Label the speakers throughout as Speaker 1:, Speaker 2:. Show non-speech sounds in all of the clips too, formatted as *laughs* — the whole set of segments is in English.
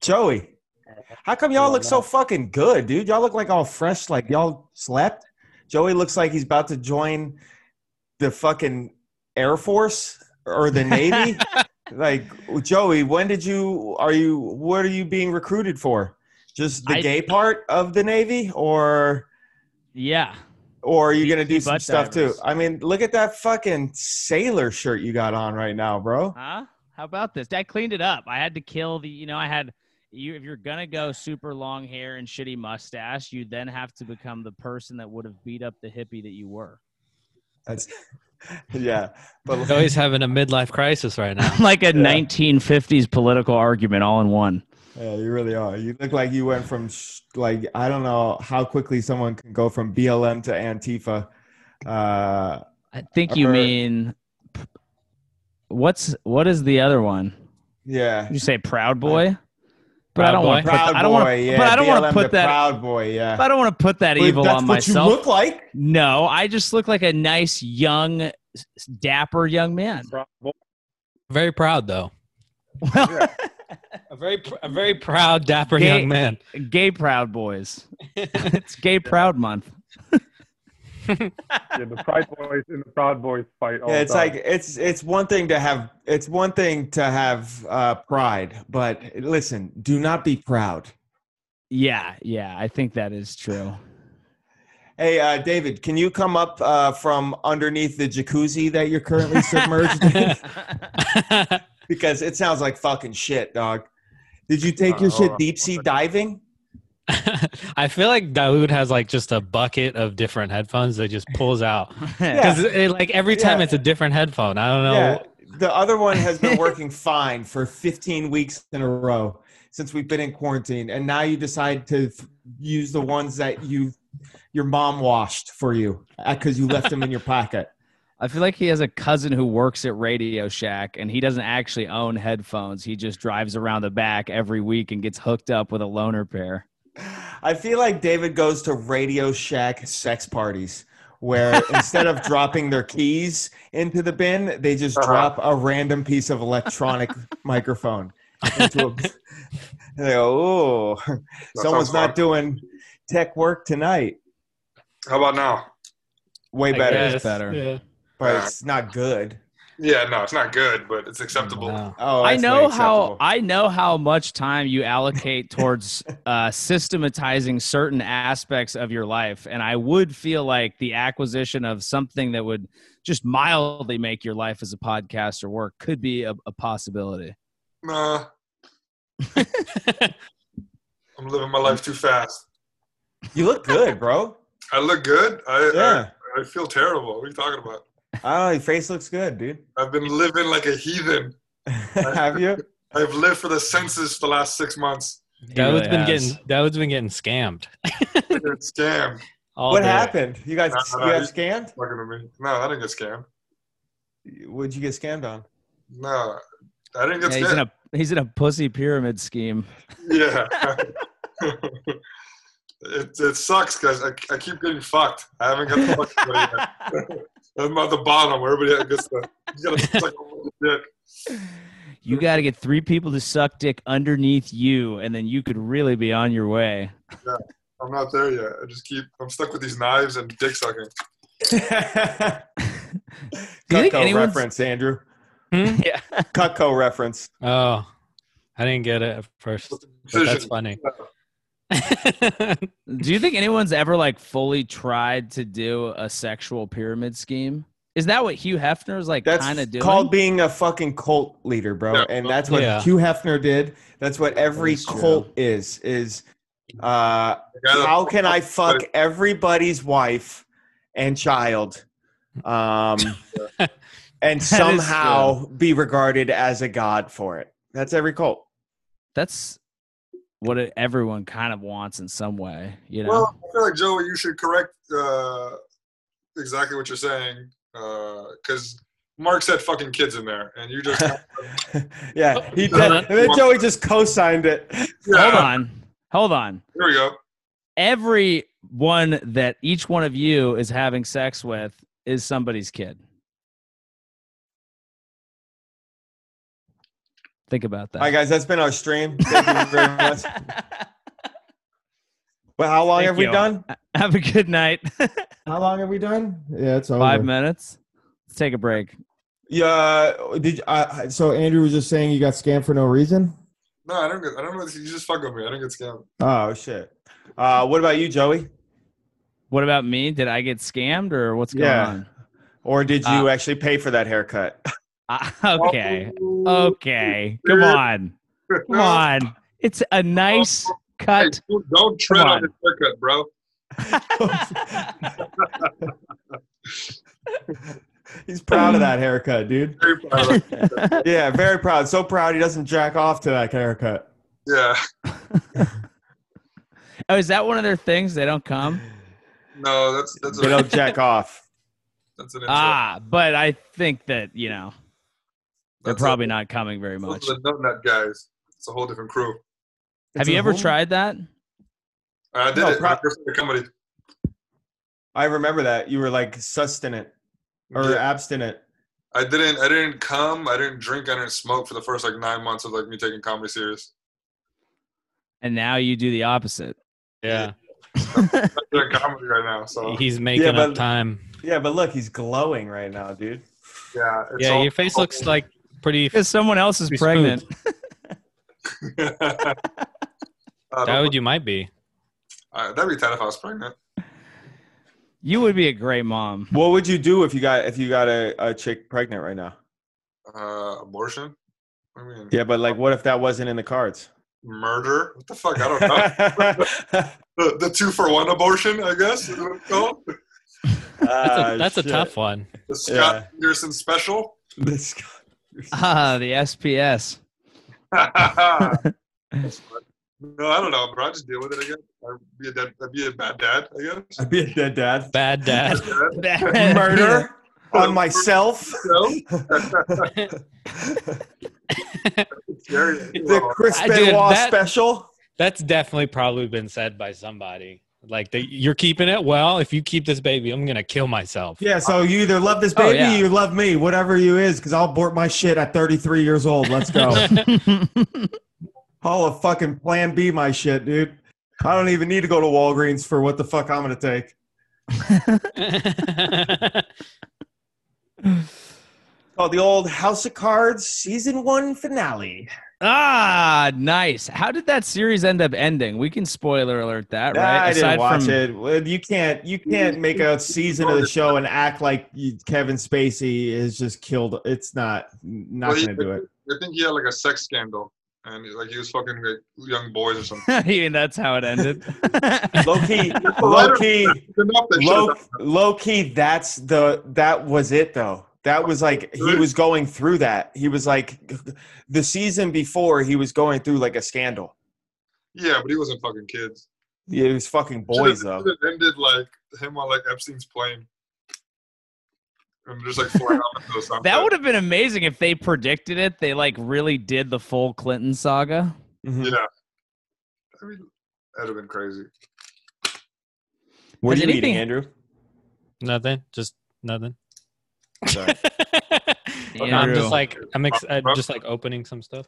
Speaker 1: Joey, how come y'all look so fucking good, dude? Y'all look like all fresh, like y'all slept. Joey looks like he's about to join the fucking Air Force or the
Speaker 2: *laughs*
Speaker 1: Navy. like, Joey, when did you, are you, what are you being recruited for? Just the
Speaker 2: I-
Speaker 1: gay part of the Navy or,
Speaker 2: Yeah.
Speaker 1: or are you going to do
Speaker 2: Deep sea
Speaker 1: some
Speaker 2: butt
Speaker 1: stuff
Speaker 2: divers.
Speaker 1: too? I mean, look at that fucking sailor shirt you got on right now, bro.
Speaker 2: Huh? How about this? I cleaned it up. I had to kill the, you know, I had, you, if you're going to go super long hair and shitty mustache, you then have to become the person that would have beat up the hippie that you were. *laughs*
Speaker 1: That's, *laughs* yeah. But
Speaker 3: Joey's having a midlife crisis right now.
Speaker 2: like a 1950s political argument all in one.
Speaker 1: Yeah, you really are. You look like you went from sh- like I don't know how quickly someone can go from BLM to Antifa. Uh,
Speaker 2: I think you
Speaker 1: Or-
Speaker 2: mean what's what is the other one?
Speaker 1: yeah,
Speaker 2: Did you say Proud Boy? But I
Speaker 3: Proud
Speaker 2: don't want
Speaker 3: Boy.
Speaker 2: to. I don't want to.
Speaker 1: yeah,
Speaker 2: but I don't want
Speaker 1: BLM
Speaker 2: to
Speaker 1: to
Speaker 2: put that.
Speaker 1: Proud Boy. Yeah,
Speaker 2: I don't want to put that
Speaker 1: Wait,
Speaker 2: evil
Speaker 1: that's
Speaker 2: on
Speaker 1: what
Speaker 2: myself.
Speaker 1: you look like.
Speaker 2: no, I just look like a nice young, s- dapper young
Speaker 4: *laughs*
Speaker 2: man.
Speaker 3: Very proud though.
Speaker 2: Well,
Speaker 3: A very, pr- a very proud, dapper
Speaker 2: Gay-
Speaker 3: young man.
Speaker 2: *laughs* gay Proud Boys. it's Gay Proud Month.
Speaker 4: Yeah, the
Speaker 1: *laughs*
Speaker 4: Pride Boys and the Proud Boys fight all
Speaker 1: Yeah, it's
Speaker 4: the time.
Speaker 1: like it's it's one thing to have it's one thing to have uh, pride, but listen, do not be proud.
Speaker 2: Yeah, yeah, I think that is true.
Speaker 1: Hey, uh, David, can you come up uh, from underneath the jacuzzi that you're
Speaker 2: *laughs*
Speaker 1: currently submerged in? because it sounds like fucking shit, dog. Did you take your
Speaker 4: Uh,
Speaker 1: shit
Speaker 4: hold on.
Speaker 1: deep sea diving?
Speaker 3: *laughs* I feel like Daoud has like just a bucket of different headphones that just pulls out
Speaker 1: Yeah.
Speaker 3: because like every time
Speaker 1: Yeah.
Speaker 3: it's a different headphone. I don't know.
Speaker 1: Yeah. The other one has
Speaker 4: *laughs*
Speaker 1: been working fine for 15 weeks in a row since we've been in quarantine, and now you decide to f- use the ones that you your mom washed for you because you left them in your pocket.
Speaker 2: I feel like he has a cousin who works at Radio Shack and he doesn't actually own headphones. He just drives around the back every week and gets hooked up with a loaner pair.
Speaker 1: I feel like David goes to Radio Shack sex parties where instead of dropping their keys into the bin, they just
Speaker 4: Uh-huh.
Speaker 1: drop a random piece of electronic microphone into a. And they go, oh,
Speaker 4: That
Speaker 1: someone's
Speaker 4: sounds
Speaker 1: not
Speaker 4: fun.
Speaker 1: doing tech work tonight.
Speaker 4: How about now?
Speaker 1: Way
Speaker 3: I
Speaker 1: better,
Speaker 3: guess.
Speaker 2: better.
Speaker 3: Yeah.
Speaker 1: but it's not good.
Speaker 4: Yeah, no, it's not good, but it's acceptable.
Speaker 3: Wow.
Speaker 1: Oh,
Speaker 2: I
Speaker 1: that's
Speaker 2: know
Speaker 1: way
Speaker 2: how
Speaker 1: acceptable.
Speaker 2: I know how much time you allocate towards *laughs* uh, systematizing certain aspects of your life, and I would feel like the acquisition of something that would just mildly make your life as a podcaster work could be a, a possibility.
Speaker 4: Nah. I'm living my life too fast.
Speaker 1: you look good,
Speaker 4: *laughs*
Speaker 1: bro.
Speaker 4: I look good. I,
Speaker 1: Yeah.
Speaker 4: I, I feel terrible. What are you talking about?
Speaker 1: I don't know. Your face looks good, dude. *laughs*
Speaker 4: I've been living like a heathen.
Speaker 1: Have you?
Speaker 4: I've lived for the census the last six months.
Speaker 3: Daoud's
Speaker 2: really
Speaker 3: been
Speaker 2: has.
Speaker 3: getting Daoud's been getting scammed.
Speaker 4: I got scammed.
Speaker 3: all
Speaker 1: What
Speaker 3: day.
Speaker 1: happened? You guys, you
Speaker 4: Uh,
Speaker 1: got scammed?
Speaker 4: Talking to me. No, I didn't get scammed.
Speaker 1: What'd you get scammed on?
Speaker 4: No, I didn't get
Speaker 2: Yeah, he's in
Speaker 4: scammed.
Speaker 2: a he's in a pussy pyramid
Speaker 3: *laughs*
Speaker 2: scheme. *laughs*
Speaker 4: yeah. it, it sucks because I, I keep getting fucked. I haven't got the fucking money yet. I'm at the bottom where everybody gets the. You gotta
Speaker 2: *laughs*
Speaker 4: suck a little dick.
Speaker 2: You got to get three people to suck dick underneath you, and then you could really be on your way.
Speaker 4: I'm not there yet. I just keep. I'm stuck with these knives and dick sucking.
Speaker 1: *laughs* Cutco
Speaker 2: Do you think anyone's-
Speaker 1: reference, Andrew.
Speaker 3: Hmm?
Speaker 2: *laughs* Yeah.
Speaker 1: Cutco reference.
Speaker 3: Oh, I didn't get it at first. But that's
Speaker 4: Decision.
Speaker 3: funny. *laughs*
Speaker 2: Do you think anyone's ever like fully tried to do a sexual pyramid scheme? Is that what Hugh Hefner is like
Speaker 1: That's
Speaker 2: kind of doing?
Speaker 1: called being a fucking cult leader, bro.
Speaker 4: Yeah.
Speaker 1: And that's what
Speaker 3: Yeah.
Speaker 1: Hugh Hefner did. That's what every
Speaker 2: is true.
Speaker 1: cult is. Is uh,
Speaker 4: I gotta-
Speaker 1: how can I fuck
Speaker 4: But-
Speaker 1: everybody's wife and child,
Speaker 2: *laughs*
Speaker 1: um, and
Speaker 2: is
Speaker 1: somehow be regarded as a god for it? That's every cult. *laughs*
Speaker 2: That's what it, everyone kind of wants in some way, you know.
Speaker 4: Well, I feel like Joey, you should correct uh, exactly what you're saying because Mark said fucking kids in there, and
Speaker 2: *laughs*
Speaker 4: you just
Speaker 1: yeah, he
Speaker 3: Hold on.
Speaker 2: Uh-huh.
Speaker 1: and then Joey just co-signed it.
Speaker 2: hold
Speaker 4: *laughs* Yeah,
Speaker 2: on. Hold on.
Speaker 4: Here we go.
Speaker 2: Every one that each one of you is having sex with is somebody's kid. Think about that.
Speaker 1: All right, guys, that's been our stream. Thank you very
Speaker 2: *laughs*
Speaker 1: much. Well, how long
Speaker 2: Thank
Speaker 1: have we
Speaker 2: you.
Speaker 1: done?
Speaker 2: Have a good night.
Speaker 1: How long have we done? Yeah, it's over.
Speaker 2: Five minutes. Let's take a break.
Speaker 1: Yeah. Did uh, so? Andrew was just saying you got scammed for no reason.
Speaker 4: No, I don't. Get, I don't know. You just fuck with me. I don't get scammed.
Speaker 1: Oh shit. Uh, what about you, Joey?
Speaker 2: What about me? Did I get scammed or what's going
Speaker 1: Yeah.
Speaker 2: on?
Speaker 1: Or did you
Speaker 2: Uh,
Speaker 1: actually pay for that haircut? *laughs*
Speaker 2: Uh, *laughs* okay.
Speaker 1: Oh,
Speaker 2: Okay. Come on. Come on. It's a nice
Speaker 4: Hey,
Speaker 2: cut. *laughs*
Speaker 4: don't- don't tread
Speaker 2: Come
Speaker 4: on.
Speaker 2: on.
Speaker 4: his haircut, bro.
Speaker 2: Oh,
Speaker 1: He's proud of that haircut, dude.
Speaker 4: Very proud of him.
Speaker 1: Yeah, very proud. So proud he doesn't jack off to that haircut.
Speaker 4: yeah.
Speaker 2: Oh, is that one of their things? They don't come?
Speaker 4: No, that's that's
Speaker 1: They
Speaker 4: a,
Speaker 1: don't jack off.
Speaker 4: that's an insult.
Speaker 2: Ah, but I think that, you know, they're
Speaker 4: That's a-
Speaker 2: probably not coming very
Speaker 4: those
Speaker 2: much.
Speaker 4: are The nut guys. It's a whole different crew.
Speaker 2: Have
Speaker 1: It's
Speaker 2: you
Speaker 1: a
Speaker 2: ever
Speaker 1: whole-
Speaker 2: tried that?
Speaker 4: I did
Speaker 1: No,
Speaker 4: it.
Speaker 1: pro-
Speaker 4: my first year of comedy.
Speaker 1: I remember that you were like sustenant or uh,
Speaker 4: Yeah.
Speaker 1: abstinent.
Speaker 4: I didn't. I didn't come. I didn't drink. I didn't smoke for the first like nine months of like me taking comedy serious.
Speaker 2: And now you do the opposite.
Speaker 3: Yeah,
Speaker 4: I'm doing comedy right now, so
Speaker 3: he's making
Speaker 1: but-
Speaker 3: up time.
Speaker 1: Yeah, but look, he's glowing right now, dude.
Speaker 4: yeah. It's
Speaker 3: Yeah,
Speaker 4: all-
Speaker 3: your face
Speaker 4: *laughs*
Speaker 3: looks like pretty.
Speaker 2: Because someone else is
Speaker 3: Pretty
Speaker 2: pregnant.
Speaker 4: Uh,
Speaker 3: That would you might be.
Speaker 4: uh, that'd be tight if I was pregnant.
Speaker 2: You would be a great mom.
Speaker 1: What would you do if you got if you got a, a chick pregnant right now?
Speaker 4: Uh, abortion. I mean,
Speaker 1: Yeah, but like, what if that wasn't in the
Speaker 3: *laughs*
Speaker 1: cards? *laughs*
Speaker 4: murder. What the fuck? I don't know. the, the two for one abortion, I guess. Is what it's called.
Speaker 3: That's
Speaker 1: Ah,
Speaker 3: a, that's a tough one.
Speaker 4: The Scott
Speaker 1: *laughs* Yeah.
Speaker 4: Peterson special. *laughs*
Speaker 1: This
Speaker 2: Ah, the *laughs* SPS.
Speaker 4: no, I don't know, bro. I just deal with it. I guess. I'd be a dad. I'd be a bad dad. I guess.
Speaker 1: *laughs* I'd be a dead
Speaker 3: *laughs*
Speaker 1: dad.
Speaker 3: Bad dad.
Speaker 1: *laughs*
Speaker 2: *laughs*
Speaker 1: Murder on myself.
Speaker 4: So *laughs* scary.
Speaker 1: The Chris
Speaker 3: I- dude,
Speaker 1: Benoit
Speaker 3: that-
Speaker 1: special.
Speaker 3: That's definitely probably been said by somebody. Like that you're keeping it well. If you keep this baby, I'm gonna kill myself. *laughs*
Speaker 1: Yeah, so you either love this
Speaker 2: Oh,
Speaker 1: baby,
Speaker 2: yeah.
Speaker 1: or you love me, whatever you is, because I'll abort my shit at 33 years old. Let's
Speaker 3: *laughs*
Speaker 1: go. I'll a fucking plan B my shit, dude. I don't even need to go to Walgreens for what the fuck I'm gonna take. Oh, the old House of Cards season one finale.
Speaker 2: ah, nice. How did that series end up ending? We can spoiler alert that, right?
Speaker 1: I didn't
Speaker 2: Aside
Speaker 1: watch
Speaker 2: from-
Speaker 1: it. Well, You can't you can't make a season of the show and act like you, Kevin Spacey is just killed. It's not not
Speaker 4: Well, he-
Speaker 1: gonna do it.
Speaker 4: I think he had like a sex scandal, and like he was fucking like young boys or something.
Speaker 2: *laughs* I mean, that's how
Speaker 1: *laughs*
Speaker 2: it ended.
Speaker 1: Low
Speaker 4: *laughs*
Speaker 1: key,
Speaker 4: I
Speaker 1: low
Speaker 4: don't-
Speaker 1: key,
Speaker 4: Enough that
Speaker 1: low,
Speaker 4: shit.
Speaker 1: low key. That's the that was it though. That was like he was going through that. He was like the season before he was going through like a scandal.
Speaker 4: Yeah, but he wasn't fucking kids.
Speaker 1: It was fucking boys
Speaker 4: Should've-
Speaker 1: though.
Speaker 4: should've ended like him on like Epstein's plane, and just like flying off into the sunset.
Speaker 2: that would have been amazing if they predicted it. They like really did the full Clinton saga.
Speaker 1: Mhm.
Speaker 4: Yeah. I mean, that'd have been crazy.
Speaker 1: What are
Speaker 2: Has
Speaker 1: you eating,
Speaker 2: anything-
Speaker 1: Andrew?
Speaker 3: nothing. Just nothing. *laughs*
Speaker 1: Sorry.
Speaker 3: No, I'm
Speaker 2: Andrew.
Speaker 3: just like I'm ex- I'm just like opening some stuff.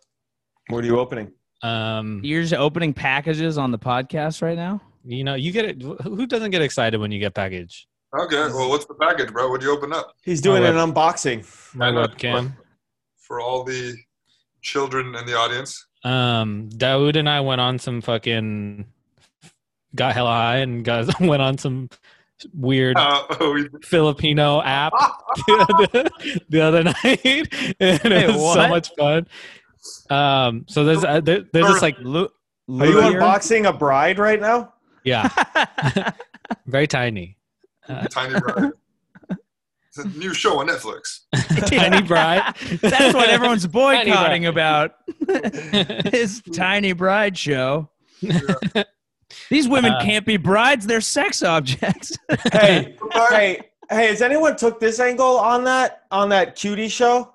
Speaker 1: What are you opening?
Speaker 3: Um,
Speaker 2: You're just opening packages on the podcast right now.
Speaker 3: you know, you get it. who- Who doesn't get excited when you get package?
Speaker 4: Okay, well, what's the package, bro? What'd you open up
Speaker 1: He's doing
Speaker 3: Oh,
Speaker 1: an unboxing.
Speaker 3: My
Speaker 4: I know.
Speaker 3: webcam.
Speaker 4: for all the children in the audience?
Speaker 3: Um, Dawood and I went on some fucking got hella high and got *laughs* went on some weird
Speaker 4: Uh, *laughs* we,
Speaker 3: Filipino app *laughs* the, other, the other night, *laughs* and
Speaker 2: Wait,
Speaker 3: it was so
Speaker 2: what?
Speaker 3: much fun. Um, so there's uh, there, there's just like
Speaker 2: Lu-
Speaker 1: Are you
Speaker 2: Luthier?
Speaker 1: unboxing a bride right now?
Speaker 3: yeah,
Speaker 2: *laughs*
Speaker 3: very
Speaker 4: *laughs*
Speaker 3: tiny,
Speaker 4: Tiny Bride. It's a new show on Netflix.
Speaker 1: *laughs*
Speaker 3: tiny bride.
Speaker 4: *laughs*
Speaker 2: That's what everyone's
Speaker 3: bride.
Speaker 2: boycotting about. *laughs* His tiny bride show. These women
Speaker 3: Uh,
Speaker 2: can't be brides; they're
Speaker 1: *laughs*
Speaker 2: sex objects.
Speaker 1: Hey, hey, hey! Has anyone took this angle on that on that cutie show?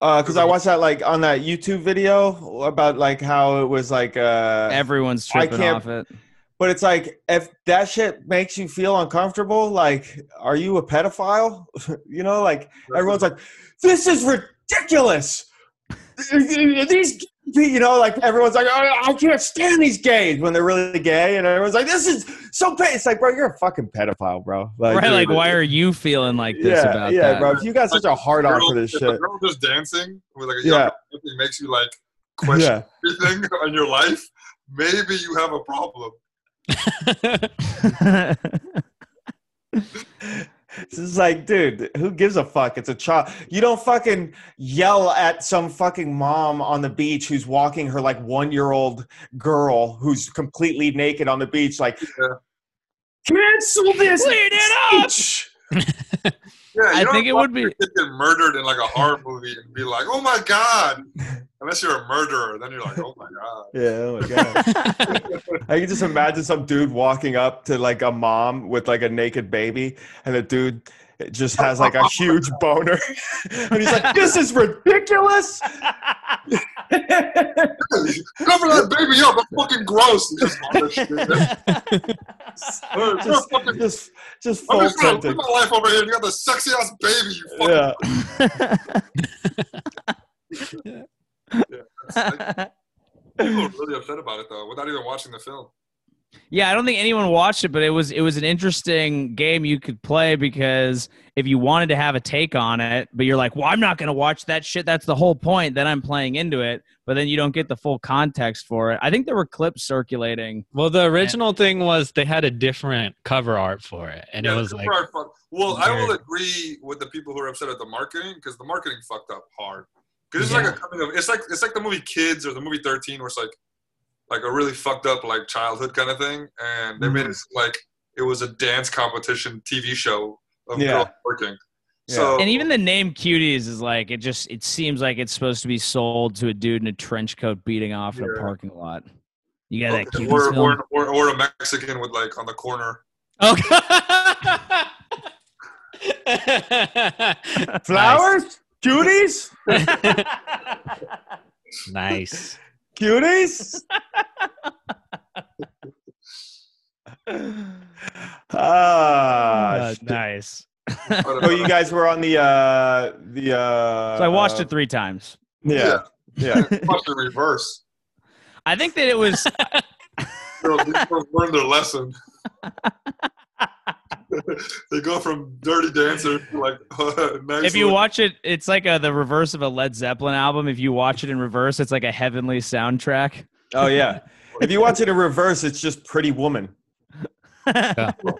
Speaker 1: Because I watched that like on that YouTube video about like how it was like. Uh,
Speaker 2: Everyone's
Speaker 1: I
Speaker 2: tripping
Speaker 1: can't-
Speaker 2: off it.
Speaker 1: but it's like if that shit makes you feel uncomfortable, like, are you a *laughs* pedophile? you know, like everyone's like, this is ridiculous. *laughs* these, you know, like everyone's like, oh, I can't stand these gays when they're really gay, and everyone's like, this is so. Pe-. It's like, bro, you're a fucking pedophile, bro. Like,
Speaker 2: right? Like,
Speaker 1: dude,
Speaker 2: why are you feeling like this
Speaker 1: yeah,
Speaker 2: about
Speaker 1: yeah,
Speaker 2: that?
Speaker 1: bro. If you got such a hard on for this
Speaker 4: if
Speaker 1: shit,
Speaker 4: A girl just dancing with like a
Speaker 1: Yeah.
Speaker 4: young yeah. it makes you like
Speaker 1: yeah,
Speaker 4: question everything *laughs* on your life. Maybe you have a problem.
Speaker 1: this is like, dude, who gives a fuck? It's a child. You don't fucking yell at some fucking mom on the beach who's walking her like one year old girl who's completely naked on the beach, like,
Speaker 4: Yeah.
Speaker 1: cancel this
Speaker 2: Clean it up!
Speaker 1: speech!
Speaker 4: Yeah, you
Speaker 2: I
Speaker 4: don't
Speaker 2: think it
Speaker 4: want
Speaker 2: would be.
Speaker 4: your kid to get murdered in like a horror movie and be like, "Oh my
Speaker 2: *laughs*
Speaker 4: god!" Unless you're a murderer, then you're like, "Oh my god." *laughs*
Speaker 1: Yeah, oh my god. I can just imagine some dude walking up to like a mom with like a naked baby, and the dude just has like a huge boner, *laughs* and he's like, "This is *laughs* ridiculous."
Speaker 4: Cover that baby up. That's fucking gross. *laughs* You just want this
Speaker 2: *laughs*
Speaker 4: shit. You're a
Speaker 1: just, just, just
Speaker 4: fucking- I'm
Speaker 1: full
Speaker 4: just trying to
Speaker 1: tilted.
Speaker 4: live my life over here. You got the sexy ass baby. You fucking.
Speaker 1: Yeah,
Speaker 4: People were really upset about it though, without even watching the film.
Speaker 2: *laughs* Yeah, I don't think anyone watched it, but it was it was an interesting game you could play because if you wanted to have a take on it, but you're like, well, I'm not going to watch that shit. That's the whole point. Then I'm playing into it, but then you don't get the full context for it. I think there were clips circulating.
Speaker 3: well, the original thing was they had a different cover art for it, and
Speaker 4: Yeah,
Speaker 3: it
Speaker 4: the
Speaker 3: was like,
Speaker 4: cover art fuck- well, I will
Speaker 3: weird.
Speaker 4: agree with the people who are upset at the marketing because the marketing fucked up hard. Because it's like
Speaker 3: Yeah.
Speaker 4: a coming of it's like it's like the movie Kids or the movie Thirteen, where it's like like a really fucked up like childhood kind of thing, and they
Speaker 3: Mm-hmm.
Speaker 4: made it seem like it was a dance competition TV show of
Speaker 1: Yeah.
Speaker 4: girls working. So
Speaker 2: And even the name Cuties is like it just it seems like it's supposed to be sold to a dude in a trench coat beating off in a
Speaker 4: Yeah.
Speaker 2: parking lot. You
Speaker 1: Oh,
Speaker 2: got that
Speaker 4: Okay,
Speaker 2: cuties
Speaker 4: or,
Speaker 2: film?
Speaker 4: or, or, or a Mexican with like on the
Speaker 3: *laughs*
Speaker 4: corner.
Speaker 2: *laughs*
Speaker 3: okay.
Speaker 1: flowers, cuties, *laughs*
Speaker 4: *laughs*
Speaker 3: nice. *laughs*
Speaker 1: cuties. Ah,
Speaker 2: Uh, nice.
Speaker 1: oh, you guys were on the uh the uh.
Speaker 2: So I watched it three times.
Speaker 1: Yeah, yeah.
Speaker 4: Watch in reverse.
Speaker 2: I think that
Speaker 1: *laughs*
Speaker 2: it was
Speaker 4: Girls, these
Speaker 2: *laughs*
Speaker 4: girls learned their lesson. they go from dirty dancer to like *laughs* nice
Speaker 2: if you
Speaker 4: little-
Speaker 2: watch it, it's like a, the reverse of a Led Zeppelin album. If you watch it in reverse, it's like a heavenly soundtrack.
Speaker 1: Oh yeah. If you watch it in reverse, it's just Pretty Woman.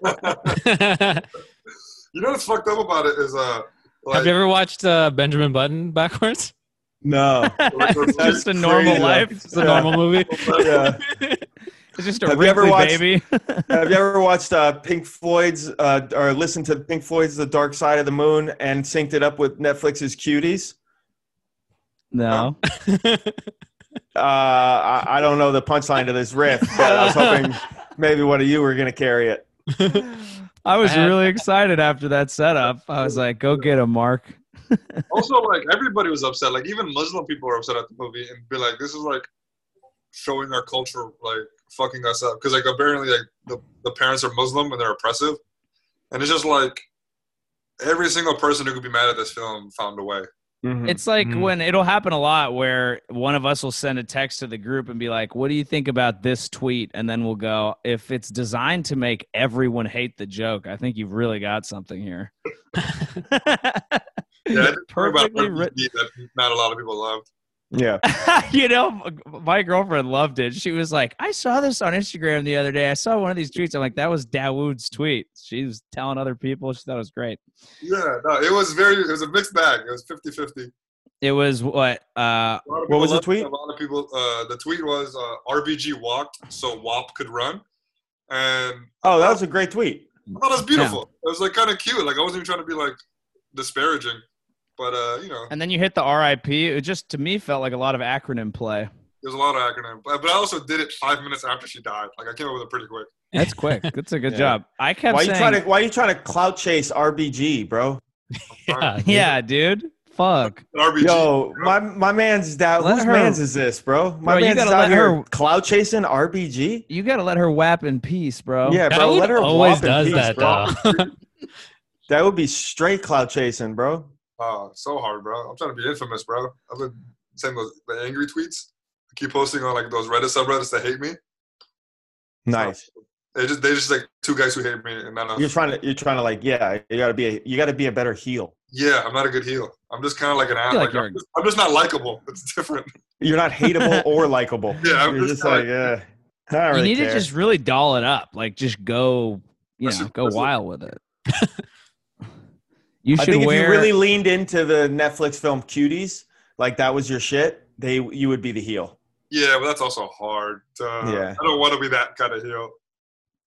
Speaker 3: Have
Speaker 4: You know what's fucked up about it is uh like
Speaker 3: you ever watched uh, Benjamin Button backwards?
Speaker 1: No.
Speaker 4: *laughs*
Speaker 2: it's *laughs* just a normal
Speaker 1: crazy.
Speaker 2: life. It's
Speaker 3: It's a
Speaker 2: a
Speaker 1: Yeah.
Speaker 2: normal.
Speaker 3: normal movie.
Speaker 1: Yeah.
Speaker 2: *laughs* It's just a
Speaker 1: Have you ever
Speaker 2: Ripley
Speaker 1: watched- *laughs*
Speaker 2: baby.
Speaker 1: Have you ever watched uh, Pink Floyd's uh, or listened to Pink Floyd's "The Dark Side of the Moon" and synced it up with Netflix's "Cuties"?
Speaker 2: no.
Speaker 1: Uh, I, I don't know the punchline to this riff, but
Speaker 2: *laughs*
Speaker 1: I was hoping maybe one of you were going to carry it.
Speaker 2: I was
Speaker 1: Uh,
Speaker 3: I had-
Speaker 2: really excited after that setup. I was like, go get him, Mark.
Speaker 4: also like everybody was upset. Like even Muslim people were upset at the movie and be like, this is like showing our culture like fucking us up because like apparently like the, the parents are Muslim and they're oppressive, and it's just like every single person who could be mad at this film found a way. Mm-hmm.
Speaker 1: Mm-hmm.
Speaker 2: It's like
Speaker 3: Mm.
Speaker 2: when it'll happen a lot where one of us will send a text to the group and be like, What do you think about this tweet? And then we'll go, If it's designed to make everyone hate the joke, I think you've really got something
Speaker 4: *laughs*
Speaker 2: here.
Speaker 4: Yeah, I didn't worry about
Speaker 2: Perfectly
Speaker 4: RBG
Speaker 2: written.
Speaker 4: that not a lot of people loved.
Speaker 1: Yeah.
Speaker 2: *laughs* you know, m- my girlfriend loved it. She was like, I saw this on Instagram the other day. I saw one of these tweets. I'm like, That was Dawood's tweet. She was telling other people. She thought it was great.
Speaker 4: Yeah, no, it was very, it was a mixed bag. It was 50 50.
Speaker 2: It was what? Uh,
Speaker 1: What was the tweet?
Speaker 4: A lot of people, uh, the tweet was uh, RBG walked so WAP could run. And
Speaker 1: Oh, that was a great tweet.
Speaker 4: I thought it was beautiful. It was like kind of cute. Like, I wasn't even trying to be like disparaging, but uh, you know,
Speaker 2: and then you hit the RIP. It just to me felt like a lot of acronym play.
Speaker 4: there's a lot of acronym. But, but I also did it five minutes after she died. Like, I came up with it pretty quick.
Speaker 2: That's quick. That's a good
Speaker 1: Yeah.
Speaker 2: job. I kept
Speaker 1: Why you
Speaker 2: saying,
Speaker 1: trying *laughs* to Why you trying to clout chase RBG, bro?
Speaker 3: Uh,
Speaker 1: *laughs*
Speaker 2: "Yeah,
Speaker 3: Yeah, dude.
Speaker 2: dude, fuck."
Speaker 4: RBG.
Speaker 1: Yo, my my man's down.
Speaker 2: Let
Speaker 1: Whose
Speaker 2: her-
Speaker 1: man's is this, bro? My
Speaker 2: Bro, you
Speaker 1: man's is
Speaker 2: gotta
Speaker 1: out
Speaker 2: let
Speaker 1: here
Speaker 2: her-
Speaker 1: clout chasing RBG.
Speaker 2: You gotta let her whap in peace, bro.
Speaker 1: Yeah, bro.
Speaker 3: Dawood
Speaker 1: let her
Speaker 3: always
Speaker 1: walk in
Speaker 3: does
Speaker 1: peace,
Speaker 3: that,
Speaker 1: bro.
Speaker 3: though.
Speaker 1: That would be straight clout chasing, bro.
Speaker 4: Oh, so hard, bro. I'm trying to be infamous, bro. I've been send those the angry tweets. I keep posting on like those Reddit subreddits that hate me.
Speaker 1: Nice.
Speaker 4: They just they just like two guys who hate me and not
Speaker 1: You're trying to you're trying to like yeah. You gotta be a, you gotta be a better heel.
Speaker 4: Yeah, I'm not a good heel. I'm just kind of like an ass.
Speaker 2: feel
Speaker 4: Like
Speaker 2: like you're-
Speaker 4: I'm, just, I'm just not likable. It's different. *laughs*
Speaker 1: You're not hateable or likable.
Speaker 4: Yeah, I'm
Speaker 1: you're
Speaker 4: just
Speaker 1: just like yeah. I don't
Speaker 2: you
Speaker 1: really
Speaker 2: need
Speaker 1: care.
Speaker 2: to just really doll it up. Like just go, you
Speaker 4: That's
Speaker 2: know,
Speaker 4: a-
Speaker 2: go
Speaker 4: that's a-
Speaker 2: wild with it. you
Speaker 1: I
Speaker 2: should
Speaker 1: think
Speaker 2: wear.
Speaker 1: if you really leaned into the Netflix film Cuties, like that was your shit, they you would be the heel.
Speaker 4: Yeah, but that's also hard. Uh,
Speaker 1: Yeah.
Speaker 4: I don't want to be that kind of heel.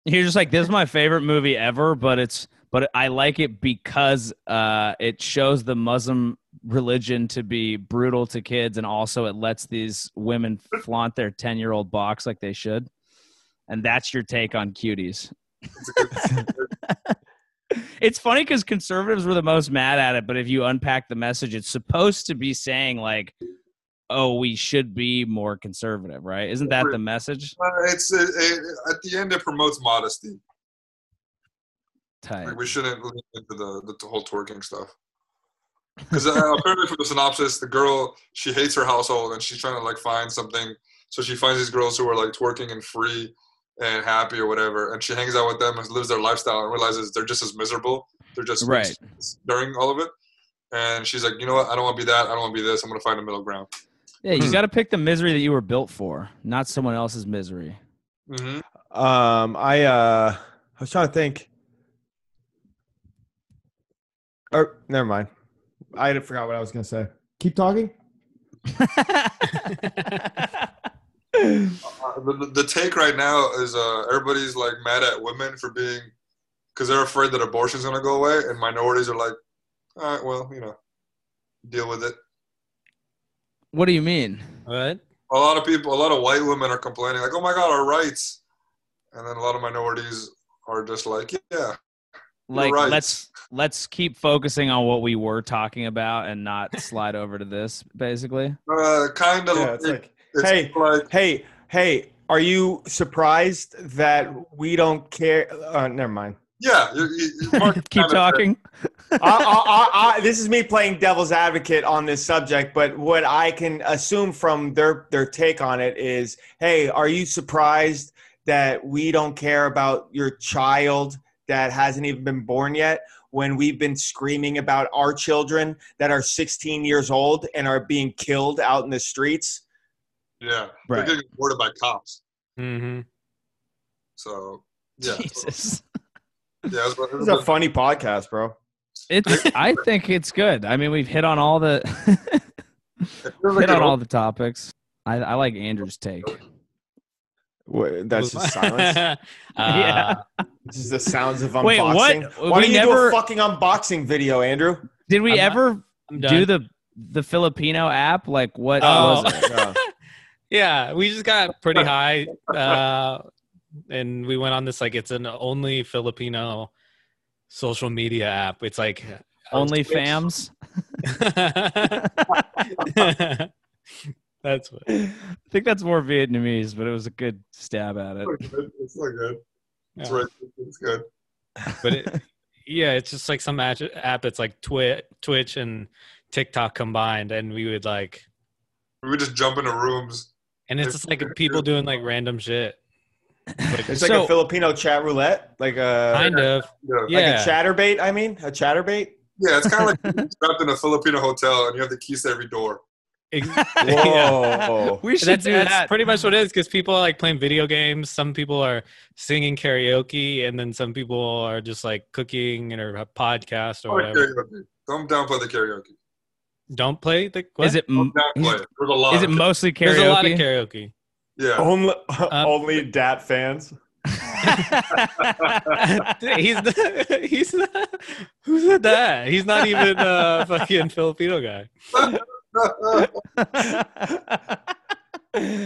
Speaker 2: You're just like, this is my favorite movie ever, but it's but I like it because uh, it shows the Muslim religion to be brutal to kids, and also it lets these women flaunt their ten year old box like they should. And that's your take on cuties. it's funny because conservatives were the most mad at it, but if you unpack the message, it's supposed to be saying like, "Oh, we should be more conservative," right? Isn't that the message?
Speaker 4: *laughs* Uh, it's it, it, at the end it promotes modesty.
Speaker 2: Tight.
Speaker 4: Like we shouldn't lean into the, the, whole twerking stuff. Because uh, apparently, from the synopsis, the girl she hates her household and she's trying to like find something. So she finds these girls who are like twerking and free and happy or whatever, and she hangs out with them and lives their lifestyle and realizes they're just as miserable. They're just
Speaker 2: Right.
Speaker 4: during all of it. And she's like, you know what? I don't want to be that. I don't want to be this. I'm gonna find a middle ground.
Speaker 2: Yeah, you
Speaker 4: Hmm.
Speaker 2: got to pick the misery that you were built for, not someone else's misery.
Speaker 4: Mm-hmm.
Speaker 1: Um, I uh, I was trying to think. Or never mind. I had- forgot what I was gonna say. Keep talking.
Speaker 4: Uh, the, the take right now is uh, everybody's like mad at women for being because they're afraid that abortion's gonna go away, and minorities are like, all right, well, you know, deal with it.
Speaker 2: what do you mean?
Speaker 3: *laughs*
Speaker 2: *laughs*
Speaker 3: What?
Speaker 4: A lot of people, a lot of white women are complaining like, oh my god, our rights, and then a lot of minorities are just like, yeah,
Speaker 2: Like
Speaker 4: right.
Speaker 2: let's let's keep focusing on what we were talking about and not slide over to this basically.
Speaker 4: uh, kind of.
Speaker 1: Yeah, it's like,
Speaker 4: it's
Speaker 1: hey.
Speaker 4: like
Speaker 1: hey, hey, are you surprised that we don't care? Uh, never mind.
Speaker 4: yeah, you, you, you- Mark
Speaker 2: keep
Speaker 4: kinda said-
Speaker 2: talking.
Speaker 1: I, I, I, I, this is me playing devil's advocate on this subject, but what I can assume from their their take on it is, hey, are you surprised that we don't care about your child that hasn't even been born yet? When we've been screaming about our children that are 16 years old and are being killed out in the streets,
Speaker 4: Yeah,
Speaker 2: Right.
Speaker 4: they're getting boarded by cops,
Speaker 3: Mm-hmm.
Speaker 4: so yeah,
Speaker 2: *laughs* Jesus.
Speaker 4: yeah. It's,
Speaker 1: this is a funny podcast, bro.
Speaker 2: It's I think it's good. I mean, we've hit on all the *laughs* hit on all the topics. I, I like Andrew's take.
Speaker 1: Wha- That's just
Speaker 3: *laughs*
Speaker 1: silence.
Speaker 2: *laughs*
Speaker 3: Uh,
Speaker 2: Yeah.
Speaker 1: This is the sounds of unboxing.
Speaker 2: Wait, what?
Speaker 1: Why
Speaker 2: We
Speaker 1: don't you do a
Speaker 2: never-
Speaker 1: fucking unboxing video, Andrew?
Speaker 2: Did we
Speaker 3: I'm not-
Speaker 2: ever
Speaker 3: I'm done.
Speaker 2: do the the Filipino app? Like what *laughs*
Speaker 3: Oh.
Speaker 2: was it?
Speaker 1: No.
Speaker 3: yeah, we just
Speaker 2: *laughs*
Speaker 3: got pretty high, uh, and we went on this like it's an only Filipino social media app. It's like
Speaker 2: Only *laughs* fams.
Speaker 3: *laughs* That's what.
Speaker 2: I think that's more Vietnamese, but it was a good stab at *laughs* it.
Speaker 4: It's not good. It's not good. It's
Speaker 3: Yeah.
Speaker 4: right. It's good.
Speaker 3: But it, yeah, it's just like some ad- app. It's like Twitch, Twitch and TikTok combined, and we would like,
Speaker 4: We would just jump into rooms.
Speaker 3: and it's just like people doing like random shit. Like,
Speaker 1: It's like
Speaker 2: So-
Speaker 1: a Filipino chat roulette, like a
Speaker 3: kind of.
Speaker 4: Yeah,
Speaker 1: Uh, like
Speaker 3: Yeah.
Speaker 1: a chatterbait. I mean, a chatterbait.
Speaker 4: yeah. It's kind of like being trapped in a Filipino hotel, and you have the keys to every door.
Speaker 3: Ex- yeah.
Speaker 1: Whoa!
Speaker 2: We should
Speaker 3: that's,
Speaker 2: do
Speaker 3: that's
Speaker 2: that.
Speaker 3: pretty much what it is because people are like playing video games some people are singing karaoke and then some people are just like cooking or a podcast or
Speaker 4: Or
Speaker 3: whatever
Speaker 4: karaoke. Don't downplay the karaoke.
Speaker 3: don't play the what?
Speaker 2: Is it
Speaker 4: Don't
Speaker 2: m-
Speaker 4: downplay it. There's a lot.
Speaker 2: Mm-hmm. is it
Speaker 4: of it.
Speaker 2: mostly karaoke?
Speaker 3: there's a lot of karaoke
Speaker 4: Yeah.
Speaker 1: only *laughs* only Dat fans.
Speaker 3: he's not, *laughs* he's not, who said that he's not even a fucking filipino guy
Speaker 2: *laughs*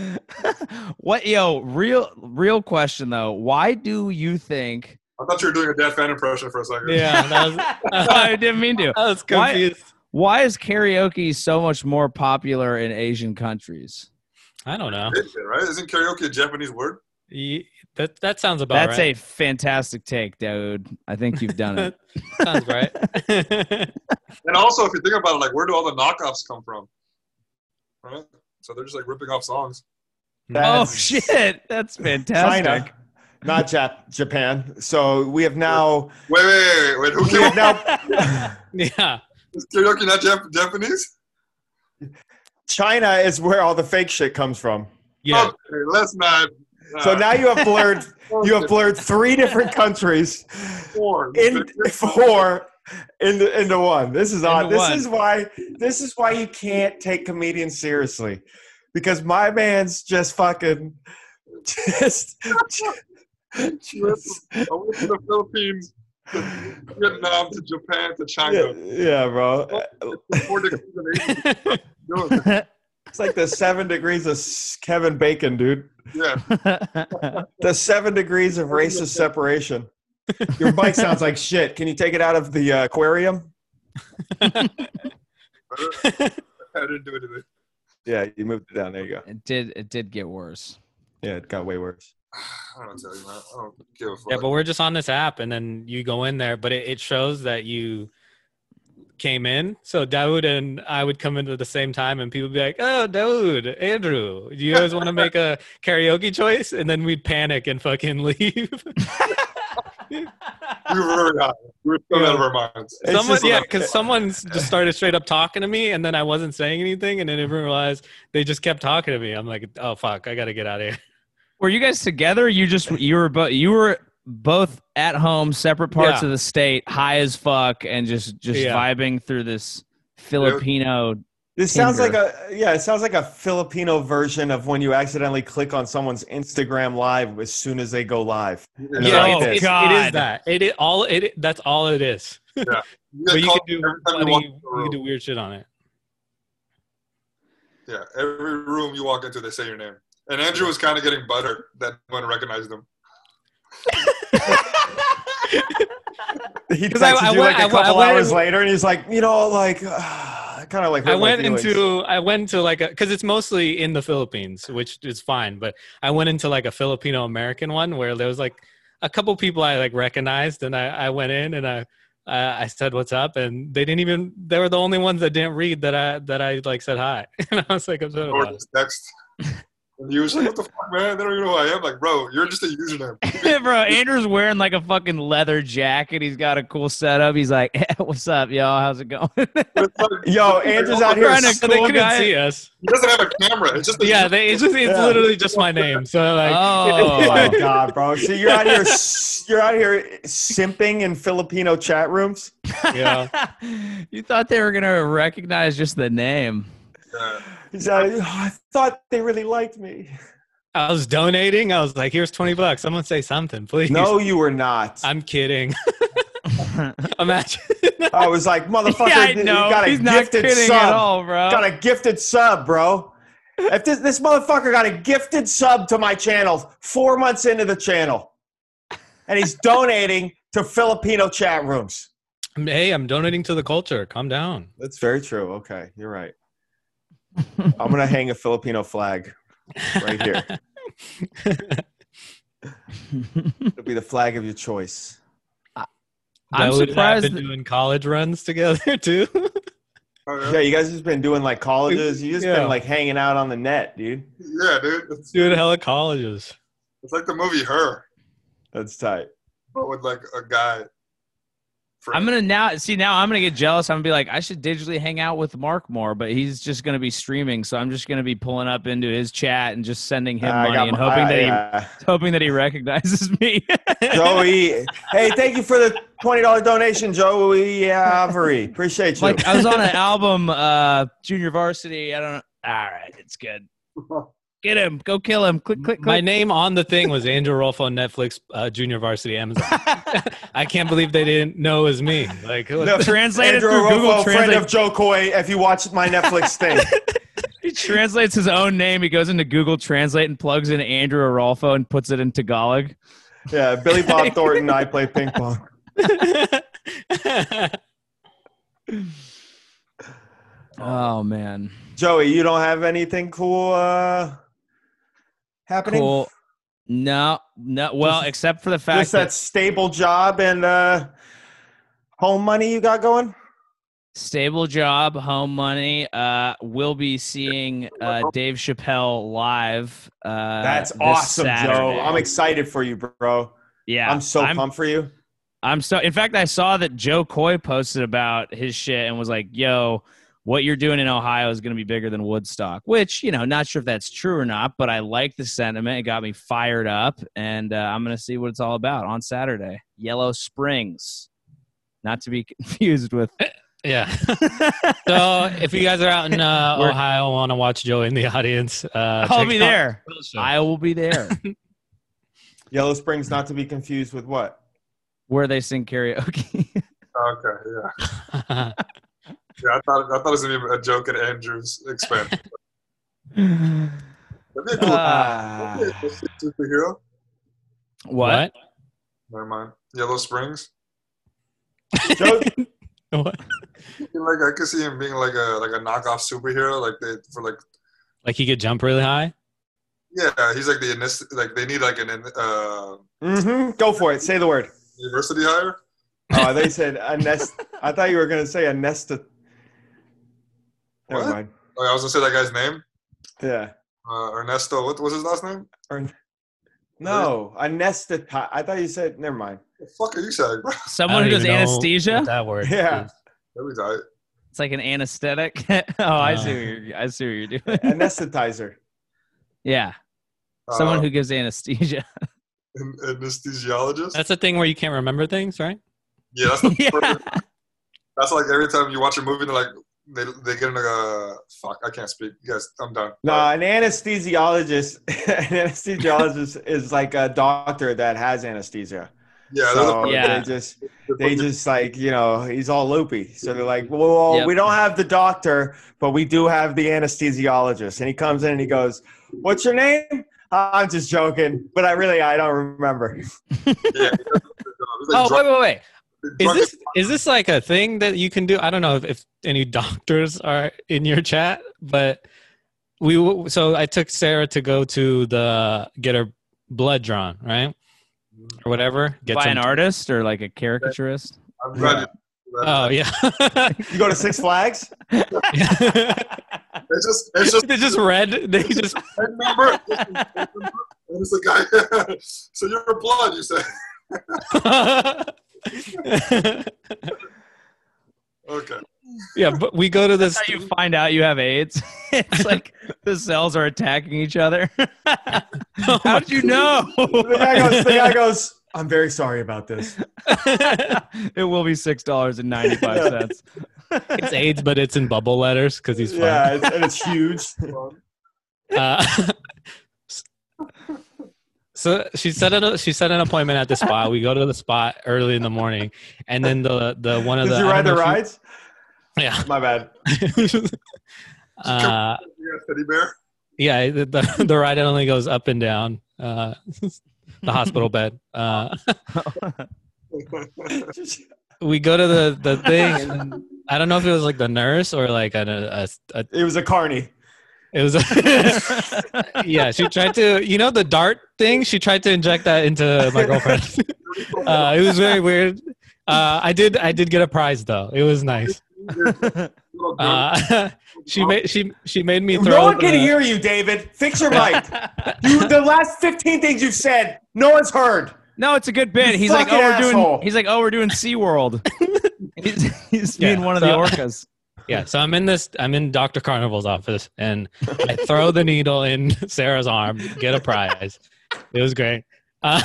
Speaker 2: what yo real real question though why do you think
Speaker 4: *laughs* I thought you were doing a Dad fan impression for a second.
Speaker 3: yeah that was,
Speaker 2: *laughs*
Speaker 3: *laughs*
Speaker 2: i didn't mean to
Speaker 3: I was
Speaker 2: Why-
Speaker 3: confused
Speaker 2: why is karaoke so much more popular in asian countries
Speaker 3: i don't know
Speaker 4: It's *laughs* it, Right? Isn't karaoke a Japanese word?
Speaker 3: Ye- that that sounds about
Speaker 2: that's
Speaker 3: right
Speaker 2: a fantastic take dude i think you've done
Speaker 3: *laughs*
Speaker 2: it
Speaker 3: sounds
Speaker 2: *laughs*
Speaker 3: right
Speaker 4: And also, if you think about it, like where do all the knockoffs come from? right? So they're just like ripping off songs.
Speaker 2: Oh
Speaker 1: That's-
Speaker 2: shit, that's fantastic.
Speaker 1: China, not Jap- Japan. So we have now.
Speaker 4: Wait, wait, wait, wait. Who
Speaker 1: We
Speaker 4: came
Speaker 1: have
Speaker 4: up
Speaker 1: now.
Speaker 3: Yeah.
Speaker 4: with karaoke? Not Jap- Japanese?
Speaker 1: China is where all the fake shit comes from.
Speaker 3: Yeah.
Speaker 4: Okay, let's not. Uh.
Speaker 1: So now you have blurred. You have blurred three different countries
Speaker 4: four. *laughs*
Speaker 1: in four into into one. This is odd.
Speaker 2: Into
Speaker 1: This
Speaker 2: one.
Speaker 1: is why. This is why you can't take comedians seriously, because my man's just fucking *laughs* just. just-
Speaker 4: I went to the Philippines, to Vietnam, to Japan, to
Speaker 1: yeah,
Speaker 4: China.
Speaker 1: yeah, bro.
Speaker 4: Four degrees in Asia. Doing it.
Speaker 1: It's like the seven degrees of s- Kevin Bacon, dude.
Speaker 4: Yeah.
Speaker 1: The seven degrees of racist separation. Your bike sounds like shit. Can you take it out of the uh, aquarium?
Speaker 4: I didn't do anything.
Speaker 1: Yeah, you moved it down. There you go.
Speaker 2: it did it did get worse.
Speaker 1: Yeah, it got way worse.
Speaker 4: I don't tell you, man. I don't give a fuck.
Speaker 3: Yeah, but we're just on this app, and then you go in there, but it, it shows that you came in. So Dawood and I would come in at the same time, and people would be like, "Oh, Dawood, Andrew, do you guys want to make a karaoke choice?" And then we'd panic and fucking *laughs* leave.
Speaker 4: we were very high. We were still out of our minds.
Speaker 1: It's
Speaker 3: someone,
Speaker 1: just-
Speaker 3: yeah, because someone s- just started straight up talking to me, and then I wasn't saying anything, and then everyone realized they just kept talking to me. I'm like, "Oh fuck, I gotta get out of here."
Speaker 2: Were you guys together? You just you were both you were both at home, separate parts
Speaker 3: Yeah.
Speaker 2: of the state, high as fuck, and just just
Speaker 3: Yeah.
Speaker 2: vibing through this Filipino. *laughs*
Speaker 1: This sounds like
Speaker 2: Tinder.
Speaker 1: a yeah. It sounds like a Filipino version of when you accidentally click on someone's Instagram live as soon as they go live. *laughs*
Speaker 4: Yeah.
Speaker 1: Yeah.
Speaker 3: it's-
Speaker 1: Oh,
Speaker 3: it's- it is
Speaker 2: God.
Speaker 3: that. It, it all it. That's all it is.
Speaker 4: You
Speaker 3: but
Speaker 4: get
Speaker 3: you
Speaker 4: called
Speaker 3: can do
Speaker 4: every time you
Speaker 3: funny,
Speaker 4: walk
Speaker 3: you
Speaker 4: into a room.
Speaker 3: can do weird shit on it.
Speaker 4: Yeah, every room you walk into, they say your name. And Andrew was kind of getting buttered that no one recognized him.
Speaker 1: He
Speaker 3: 'Cause I-
Speaker 1: texted
Speaker 3: I
Speaker 1: you like
Speaker 3: went-
Speaker 1: a
Speaker 3: I went- I
Speaker 1: couple
Speaker 3: went
Speaker 1: hours
Speaker 3: in-
Speaker 1: later, and he's like, you know, like *sighs* kind of like.
Speaker 3: I
Speaker 1: hurt my
Speaker 3: went
Speaker 1: feelings.
Speaker 3: into I went to like a because it's mostly in the Philippines, which is fine. But I went into like a Filipino American one where there was like a couple people I like recognized, and I, I went in and I I I said what's up, and they didn't even they were the only ones that didn't read that I that I like said hi, *laughs* and I was like upset
Speaker 4: Or
Speaker 3: about it.
Speaker 4: just text.
Speaker 3: *laughs*
Speaker 4: And he was like, what the fuck, man? They don't even know who I am. Like, bro, you're just a
Speaker 3: *laughs*
Speaker 4: username.
Speaker 2: Bro, Andrew's wearing like a fucking leather jacket. He's got a cool setup. He's like, *laughs* "Eh, "What's up, y'all? How's it going?"
Speaker 4: It's like-
Speaker 3: *laughs*
Speaker 1: Yo, Andrew's out here.
Speaker 2: Trying to-
Speaker 3: So they
Speaker 2: cool
Speaker 3: couldn't
Speaker 2: guy.
Speaker 3: see us.
Speaker 4: He doesn't have a camera. It's just a
Speaker 3: Yeah, they, it's just it's
Speaker 1: Yeah.
Speaker 3: literally just my name. So like,
Speaker 1: *laughs* Oh my
Speaker 3: *laughs*
Speaker 2: oh,
Speaker 1: god, bro! See, you're out here, s- you're out here simping in Filipino chat rooms.
Speaker 2: Oh.
Speaker 3: yeah.
Speaker 2: *laughs* you thought they were gonna recognize just
Speaker 1: *laughs*
Speaker 2: the name.
Speaker 4: Yeah.
Speaker 1: He's out here, "Oh, I thought they really liked
Speaker 3: *laughs*
Speaker 1: me.
Speaker 3: I was donating. I was like, here's 20 bucks. Someone say something, please.
Speaker 1: No, you were not.
Speaker 3: I'm
Speaker 2: *laughs*
Speaker 3: kidding. Imagine.
Speaker 1: I was
Speaker 3: *laughs*
Speaker 1: like, motherfucker,
Speaker 2: yeah, I
Speaker 1: you
Speaker 2: know.
Speaker 1: got a
Speaker 2: He's not
Speaker 1: gifted
Speaker 2: kidding
Speaker 1: sub.
Speaker 2: at all, bro. *laughs*
Speaker 1: Got a gifted sub, bro. If this this motherfucker got a gifted sub to my channel four months into the channel, and he's donating to Filipino chat rooms.
Speaker 3: Hey, I'm donating to the culture. Calm down.
Speaker 1: That's very true. Okay, you're right. I'm gonna hang a Filipino flag right here. It'll be the flag of your choice.
Speaker 2: I'm
Speaker 3: Dawood and I have
Speaker 2: surprised
Speaker 3: Been
Speaker 2: that-
Speaker 3: doing college runs together *laughs* too.
Speaker 4: Oh, yeah.
Speaker 1: Yeah, you guys just been doing like colleges. You just
Speaker 3: Yeah.
Speaker 1: been like hanging out on the net, dude.
Speaker 4: Yeah, dude. It's,
Speaker 3: doing hella colleges.
Speaker 4: it's like the movie Her,
Speaker 1: That's tight.
Speaker 4: but with like a guy. friend.
Speaker 2: I'm gonna now see now I'm gonna get jealous. I'm gonna be like, I should digitally hang out with Mark more, but he's just gonna be streaming, so I'm just gonna be pulling up into his chat and just sending him
Speaker 1: I
Speaker 2: money
Speaker 1: got
Speaker 2: and
Speaker 1: my-
Speaker 2: hoping that he
Speaker 1: I-
Speaker 2: *laughs*
Speaker 1: uh,
Speaker 2: hoping that he recognizes
Speaker 1: *laughs*
Speaker 2: me.
Speaker 1: Joey. Hey, thank you for the twenty dollar donation, Joey Avery. Appreciate you.
Speaker 2: like I was on an album, uh, Junior Varsity. I don't. know. All right,
Speaker 1: *laughs*
Speaker 2: it's good. Get him. Go kill him. Click, click,
Speaker 3: My
Speaker 2: click.
Speaker 3: name on the thing was Andrew Rolfo, Netflix, uh, Junior Varsity,
Speaker 2: *laughs*
Speaker 3: Amazon. I can't believe they didn't know it was me. Like, what
Speaker 1: No,
Speaker 3: the-
Speaker 2: Translated
Speaker 1: Andrew
Speaker 2: through Google
Speaker 1: Arofo, friend
Speaker 2: Translate.
Speaker 1: of Joe Coy. If you watched my
Speaker 2: *laughs*
Speaker 1: Netflix thing,
Speaker 2: he *laughs* translates his own name. He goes into Google Translate and plugs in Andrew Arolfo and puts it in Tagalog.
Speaker 1: yeah, Billy Bob Thornton. I play ping pong.
Speaker 2: Oh man.
Speaker 1: Joey, you don't have anything cool uh, happening.
Speaker 2: Cool. No, no. Well, except for the fact
Speaker 1: Just that
Speaker 2: that
Speaker 1: stable job and uh, home money you got going.
Speaker 2: stable job, home money. Uh, we'll be seeing uh, Dave Chappelle live. Uh,
Speaker 1: That's
Speaker 2: this
Speaker 1: awesome, Joe.
Speaker 2: Saturday.
Speaker 1: I'm excited for you, bro.
Speaker 2: yeah,
Speaker 1: I'm so
Speaker 2: I'm,
Speaker 1: pumped for you.
Speaker 2: I'm so. In fact, I saw that Joe Coy posted about his shit and was like, "Yo." What you're doing in Ohio is going to be bigger than Woodstock, which, you know, not sure if that's true or not, but I like the sentiment. It got me fired up, and uh, I'm going to see what it's all about on Saturday. Yellow Springs, not to be *laughs* confused
Speaker 3: *laughs*
Speaker 2: with.
Speaker 3: Yeah. so if you guys are out in uh,
Speaker 2: *laughs* We're-
Speaker 3: Ohio, want to watch Joe in the audience, uh,
Speaker 2: I'll
Speaker 3: check
Speaker 2: be
Speaker 3: out
Speaker 2: there.
Speaker 3: Will's show.
Speaker 2: I will be
Speaker 3: *laughs*
Speaker 2: there.
Speaker 1: Yellow Springs, not to be confused with what?
Speaker 2: where they sing karaoke. *laughs*
Speaker 4: Okay, yeah.
Speaker 3: *laughs*
Speaker 4: Yeah, I thought, I thought it was going to be a joke at Andrew's expense. That'd be a
Speaker 2: Uh,
Speaker 4: cool
Speaker 1: Ah.
Speaker 4: that'd be a cool superhero.
Speaker 2: what?
Speaker 4: Never mind. Yellow Springs.
Speaker 1: Joe,
Speaker 3: What?
Speaker 4: Like I could see him being like a like a knockoff superhero. Like they for like
Speaker 3: Like he could jump really high?
Speaker 4: yeah, he's like the inis- like they need like an uh,
Speaker 1: hmm go for it. Say the word.
Speaker 4: university hire.
Speaker 1: Oh, they said anest. I thought you were going to say anesta. Never
Speaker 4: What?
Speaker 1: mind.
Speaker 4: Like, I was gonna say that guy's name,
Speaker 1: Yeah.
Speaker 4: uh, Ernesto. What was his last name?
Speaker 1: No, anesthetized. I thought you said. Never
Speaker 4: *laughs*
Speaker 1: mind.
Speaker 4: The fuck are you saying, bro?
Speaker 2: Someone who
Speaker 3: I don't
Speaker 2: does
Speaker 3: even know
Speaker 2: anesthesia?
Speaker 3: what That word.
Speaker 1: Yeah.
Speaker 3: is.
Speaker 4: That'd be tight.
Speaker 2: It's like an anesthetic. *laughs* oh, I
Speaker 3: Uh.
Speaker 2: see what you're. I see what you're doing.
Speaker 1: *laughs* Anesthetizer.
Speaker 2: yeah,
Speaker 3: Uh,
Speaker 2: someone who gives
Speaker 3: *laughs*
Speaker 2: anesthesia.
Speaker 4: Uh, an anesthesiologist.
Speaker 3: That's a thing where you can't remember things, right?
Speaker 4: yeah, that's the
Speaker 2: Yeah.
Speaker 4: perfect- That's like every time you watch a movie, they're like they they get in like a fuck. I can't speak. You guys, I'm done.
Speaker 1: No, Uh, an anesthesiologist. *laughs* an anesthesiologist is like a doctor that has anesthesia.
Speaker 4: Yeah, that's
Speaker 1: so
Speaker 4: a-
Speaker 2: Yeah.
Speaker 1: they just
Speaker 4: that's a-
Speaker 1: they just like you know he's all loopy. So they're like, well,
Speaker 2: Yep.
Speaker 1: we don't have the doctor, but we do have the anesthesiologist. And he comes in and he goes, "What's your name?" I'm just joking, but I really I don't remember.
Speaker 4: yeah. It's like
Speaker 3: Oh,
Speaker 4: drug-
Speaker 3: wait, wait, wait. Is
Speaker 4: drug-
Speaker 3: this is this like a thing that you can do? I don't know if, if any *laughs* doctors are in your chat, but we w- so I took Sarah to go to the get her blood drawn, right? Or whatever. Get
Speaker 2: By
Speaker 3: some-
Speaker 2: an
Speaker 3: *laughs*
Speaker 2: artist or like a caricaturist.
Speaker 4: I'm glad you-
Speaker 3: Oh yeah.
Speaker 1: You go to Six Flags.
Speaker 4: It's just
Speaker 3: *laughs*
Speaker 4: it's just
Speaker 3: they just read. They just *laughs*
Speaker 4: a number. And it's the guy. *laughs* so you're a blood, you say. Okay.
Speaker 3: yeah, but we go to this. *laughs*
Speaker 2: That's how you find out you have AIDS. *laughs* it's like the cells are attacking each other. *laughs*
Speaker 3: Oh my-
Speaker 2: How'd you know?
Speaker 1: The guy goes. The guy goes. I'm very sorry about this.
Speaker 2: *laughs* it will be six dollars and ninety
Speaker 3: *laughs*
Speaker 2: five cents.
Speaker 3: *laughs* it's AIDS, but it's in bubble letters because he's fun.
Speaker 1: Yeah, it's, and it's
Speaker 3: *laughs*
Speaker 1: huge.
Speaker 3: Uh, *laughs* so she set an she set an appointment at the spot. We go to the spot early in the morning, and then the the one of
Speaker 1: Did
Speaker 3: the
Speaker 1: you
Speaker 3: I
Speaker 1: ride the
Speaker 3: don't know if
Speaker 1: rides?
Speaker 3: you- yeah.
Speaker 1: My bad.
Speaker 3: *laughs* uh,
Speaker 4: You got teddy
Speaker 3: *laughs*
Speaker 4: bear.
Speaker 3: yeah, the, the the ride only goes up and down. Uh, *laughs* the hospital bed. Uh, we go to the the thing and then, i don't know if it was like the nurse or like an, a, a, a
Speaker 1: It was a carny.
Speaker 3: it was *laughs* yeah she tried to you know the dart thing she tried to inject that into
Speaker 1: *laughs*
Speaker 3: my girlfriend uh, it was very weird uh, i did i did get a prize though it was nice uh, *laughs* she made she she made me throw
Speaker 1: No one can
Speaker 3: the-
Speaker 1: hear you, David. Fix your
Speaker 3: *laughs*
Speaker 1: mic. you, the last 15 things you've said, no one's heard.
Speaker 2: No, it's a good bit. He's like, oh,
Speaker 1: fucking
Speaker 2: we're
Speaker 1: asshole.
Speaker 2: doing. He's like, oh, we're doing
Speaker 3: *laughs*
Speaker 2: SeaWorld. he's he's being
Speaker 3: Yeah,
Speaker 2: one of
Speaker 3: so-
Speaker 2: the
Speaker 3: *laughs*
Speaker 2: orcas.
Speaker 3: yeah so i'm in this i'm in dr carnival's office and i throw the needle in *laughs* sarah's arm get a prize it was great uh,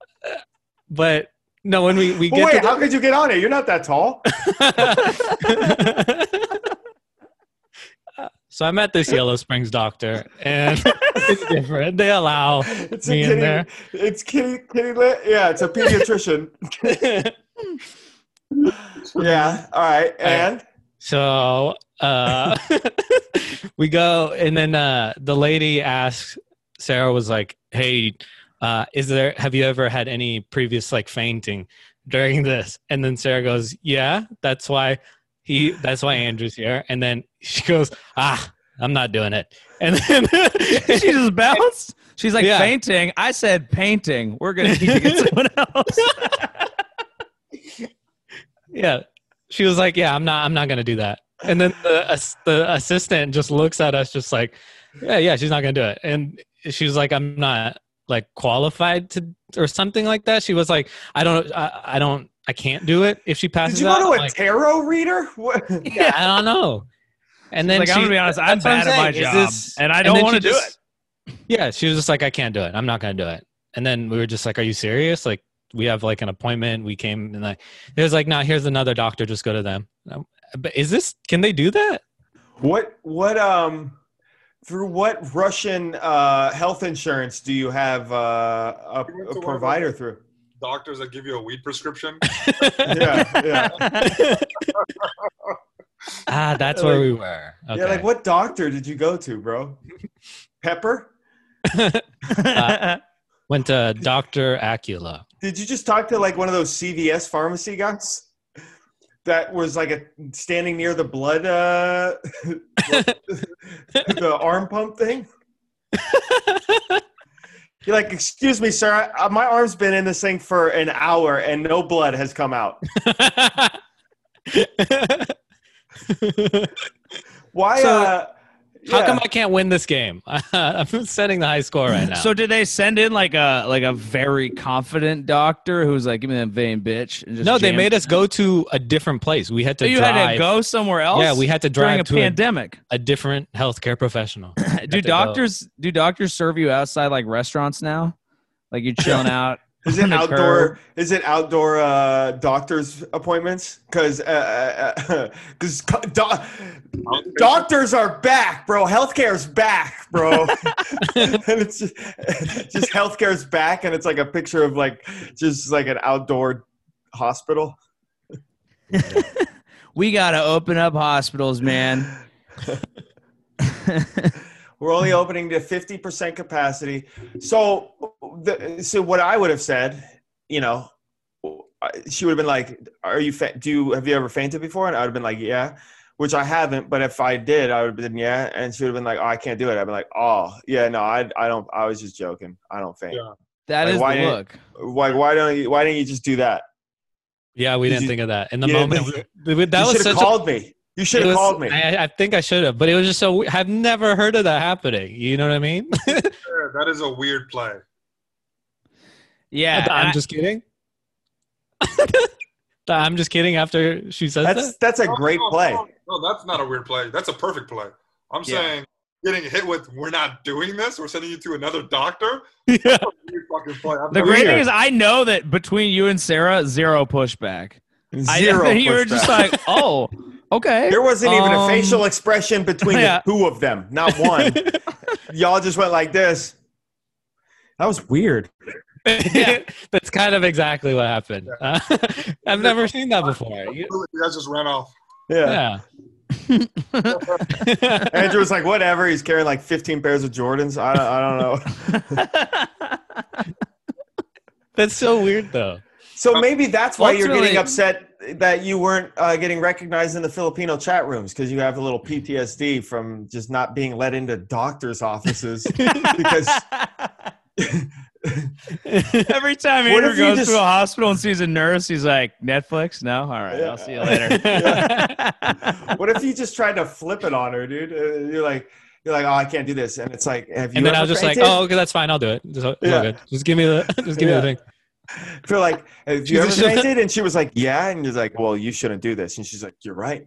Speaker 3: *laughs* but no when we we
Speaker 1: Well,
Speaker 3: get
Speaker 1: wait, how could you get on it? You're not that
Speaker 3: *laughs*
Speaker 1: tall.
Speaker 3: to the- so i'm at this yellow springs doctor and *laughs* it's different they allow
Speaker 1: It's
Speaker 3: Me
Speaker 1: a
Speaker 3: in
Speaker 1: kitty.
Speaker 3: there.
Speaker 1: It's kitty, kitty lit. Yeah, it's a
Speaker 3: *laughs*
Speaker 1: pediatrician. yeah. All right. And
Speaker 3: So uh, *laughs* we go, and then uh, the lady asks. Sarah was like, "Hey, uh, is there? Have you ever had any previous like fainting during this?" And then Sarah goes, "Yeah, that's why he. That's why Andrew's here." And then she goes, "Ah, I'm not doing it." And then *laughs*
Speaker 2: she just bounced. She's like
Speaker 3: Yeah.
Speaker 2: fainting. I said painting.
Speaker 3: *laughs*
Speaker 2: *laughs* We're gonna need to get someone else.
Speaker 3: yeah, she was like, "Yeah, I'm not. I'm not gonna do that." And then the ass- the assistant just looks at us, just like, "Yeah, yeah, she's not gonna do it." And she was like, "I'm not like qualified to or something like that." She was like, "I don't. I, I don't. I can't do it if she passes
Speaker 1: Did you
Speaker 3: out."
Speaker 1: go
Speaker 3: I'm
Speaker 1: to a *laughs*
Speaker 3: like,
Speaker 1: tarot reader? What?
Speaker 4: *laughs*
Speaker 3: yeah, I don't know. And then
Speaker 2: like, I'm
Speaker 3: she-
Speaker 2: gonna be honest, I'm
Speaker 3: that's what
Speaker 2: bad at my
Speaker 3: saying. Is
Speaker 2: job,
Speaker 3: this-
Speaker 2: and I
Speaker 3: and
Speaker 2: don't
Speaker 3: then
Speaker 2: want to
Speaker 3: she
Speaker 2: do it.
Speaker 3: just- Yeah, she was just like, I can't do it. I'm not gonna do it. And then we were just like, Are you serious? Like, we have like an appointment. We came and like, it was like, No, here's another doctor. Just go to them. And I'm, But is this? Can they do that?
Speaker 1: What what um through what Russian uh, health insurance do you have uh, a,
Speaker 4: We went to
Speaker 1: a
Speaker 4: one of
Speaker 1: provider through?
Speaker 4: Doctors that give you a
Speaker 3: *laughs*
Speaker 4: weed prescription.
Speaker 1: Yeah, yeah.
Speaker 3: ah, that's where we were. Okay.
Speaker 1: Yeah, like what doctor did you go to, bro? Pepper?
Speaker 3: Uh, Went to Doctor Acula. *laughs*
Speaker 1: Did you just talk to like one of those CVS pharmacy guys that was like a standing near the blood uh *laughs* the arm pump
Speaker 3: *laughs*
Speaker 1: thing? You're like, "Excuse me, sir. I, uh, my arm's been in this thing for an hour and no blood has come out. Why
Speaker 3: So,
Speaker 1: uh
Speaker 3: How
Speaker 1: yeah.
Speaker 3: come I can't win this game? *laughs* I'm setting the high
Speaker 2: *laughs*
Speaker 3: score right now.
Speaker 2: So did they send in like a like a very confident doctor who's like, give me that vein, bitch? And just
Speaker 3: no, they
Speaker 2: jam-
Speaker 3: made us go to a different place. We had
Speaker 2: So
Speaker 3: to
Speaker 2: you
Speaker 3: drive.
Speaker 2: had to go somewhere else.
Speaker 3: Yeah, we had to
Speaker 2: during
Speaker 3: drive
Speaker 2: a
Speaker 3: to a,
Speaker 2: pandemic.
Speaker 3: a different
Speaker 2: *laughs*
Speaker 3: healthcare professional. had
Speaker 2: do
Speaker 3: to go.
Speaker 2: doctors do doctors serve you outside like restaurants now? Like you're
Speaker 3: *laughs*
Speaker 2: chilling out.
Speaker 1: Is it
Speaker 2: on the
Speaker 1: outdoor?
Speaker 2: curb.
Speaker 1: Is it outdoor uh, doctors appointments? uh, Because *laughs* because doctors are back, bro. Healthcare's back, bro. *laughs* and it's just, just healthcare's back, and it's like a picture of like just like an outdoor hospital.
Speaker 2: We gotta open up hospitals, man. *laughs*
Speaker 1: We're only opening to fifty percent capacity. So, the, so what I would have said, you know, I- she would have been like, "Are you? fa- Do you have you ever fainted before?" And I would have been like, "Yeah," which I haven't. But if I did, I would have been yeah. And she would have been like, "Oh, I can't do it." I'd be like, "Oh, yeah, no, I, I don't. I was just joking. I don't faint.
Speaker 4: Yeah.
Speaker 2: That
Speaker 1: Like,
Speaker 2: is
Speaker 1: why
Speaker 2: the
Speaker 1: didn't-
Speaker 2: look.
Speaker 1: Why, why don't you? Why didn't you just do that?
Speaker 3: Yeah, we
Speaker 1: Did
Speaker 3: didn't
Speaker 1: you-
Speaker 3: think of that in the
Speaker 1: you didn't
Speaker 3: moment. we- we- that
Speaker 1: you
Speaker 3: was
Speaker 1: should
Speaker 3: such
Speaker 1: have
Speaker 3: a-
Speaker 1: called me. You should
Speaker 3: it
Speaker 1: have
Speaker 3: was-
Speaker 1: called me."
Speaker 3: I, I think I should have, but it was just so. we- I've never heard of that happening. You know what I mean?
Speaker 4: Yeah, that is a weird play.
Speaker 2: Yeah, and I-
Speaker 3: *laughs* I'm just kidding. I'm just kidding. After she says
Speaker 1: that's that's a
Speaker 4: No,
Speaker 1: great
Speaker 4: Oh, no,
Speaker 1: play.
Speaker 4: No, no, that's not a weird play. That's a perfect play. I'm
Speaker 2: Yeah.
Speaker 4: saying getting hit with we're not doing this. We're sending you to another doctor.
Speaker 3: that, *laughs* yeah.
Speaker 4: Weird fucking play. I've
Speaker 2: the
Speaker 4: never-
Speaker 2: great
Speaker 1: Weird.
Speaker 2: thing is I know that between you and Sarah, zero pushback.
Speaker 1: Zero.
Speaker 2: *laughs* I, you were just
Speaker 1: pushback.
Speaker 2: like, oh, okay.
Speaker 1: There wasn't even a
Speaker 2: Um,
Speaker 1: facial expression between
Speaker 2: yeah.
Speaker 1: the two of them, not one.
Speaker 3: *laughs*
Speaker 1: Y'all just went like this. That was weird.
Speaker 2: Yeah.
Speaker 3: that's kind of exactly what happened. Uh, *laughs* I've never seen that before. You-
Speaker 4: You guys just ran off.
Speaker 1: Yeah.
Speaker 3: yeah. *laughs*
Speaker 1: Andrew was like, whatever. He's carrying like 15 pairs of Jordans. I, I don't know.
Speaker 2: *laughs*
Speaker 3: that's so weird, though.
Speaker 1: So maybe that's why you're
Speaker 2: Ultimately-
Speaker 1: getting upset that you weren't uh, getting recognized in the Filipino chat rooms because you have a little PTSD from just not being let into doctor's offices. because
Speaker 2: *laughs* Every time
Speaker 1: What
Speaker 2: Andrew
Speaker 1: if you
Speaker 2: goes
Speaker 1: just-
Speaker 2: to a hospital and sees a nurse, he's like, Netflix? No? All right,
Speaker 1: Yeah.
Speaker 2: I'll see you later. *laughs*
Speaker 1: *laughs* what if you just tried to flip it on her, dude? Uh, you're like, you're like, oh, I can't do this. And it's like, have you
Speaker 3: and then I
Speaker 1: ever
Speaker 3: was just like,
Speaker 1: fainted?
Speaker 3: "Oh, okay, that's fine. I'll do it. It's all- it's all
Speaker 1: Yeah.
Speaker 3: good. Just give me the, *laughs* just give me
Speaker 1: Yeah.
Speaker 3: the thing."
Speaker 2: "Oh."
Speaker 1: *laughs* feel like
Speaker 2: *laughs*
Speaker 1: have you ever
Speaker 3: She's a-
Speaker 1: fainted? And she was like, yeah. And you're like, well, you shouldn't do this. And she's like, you're right.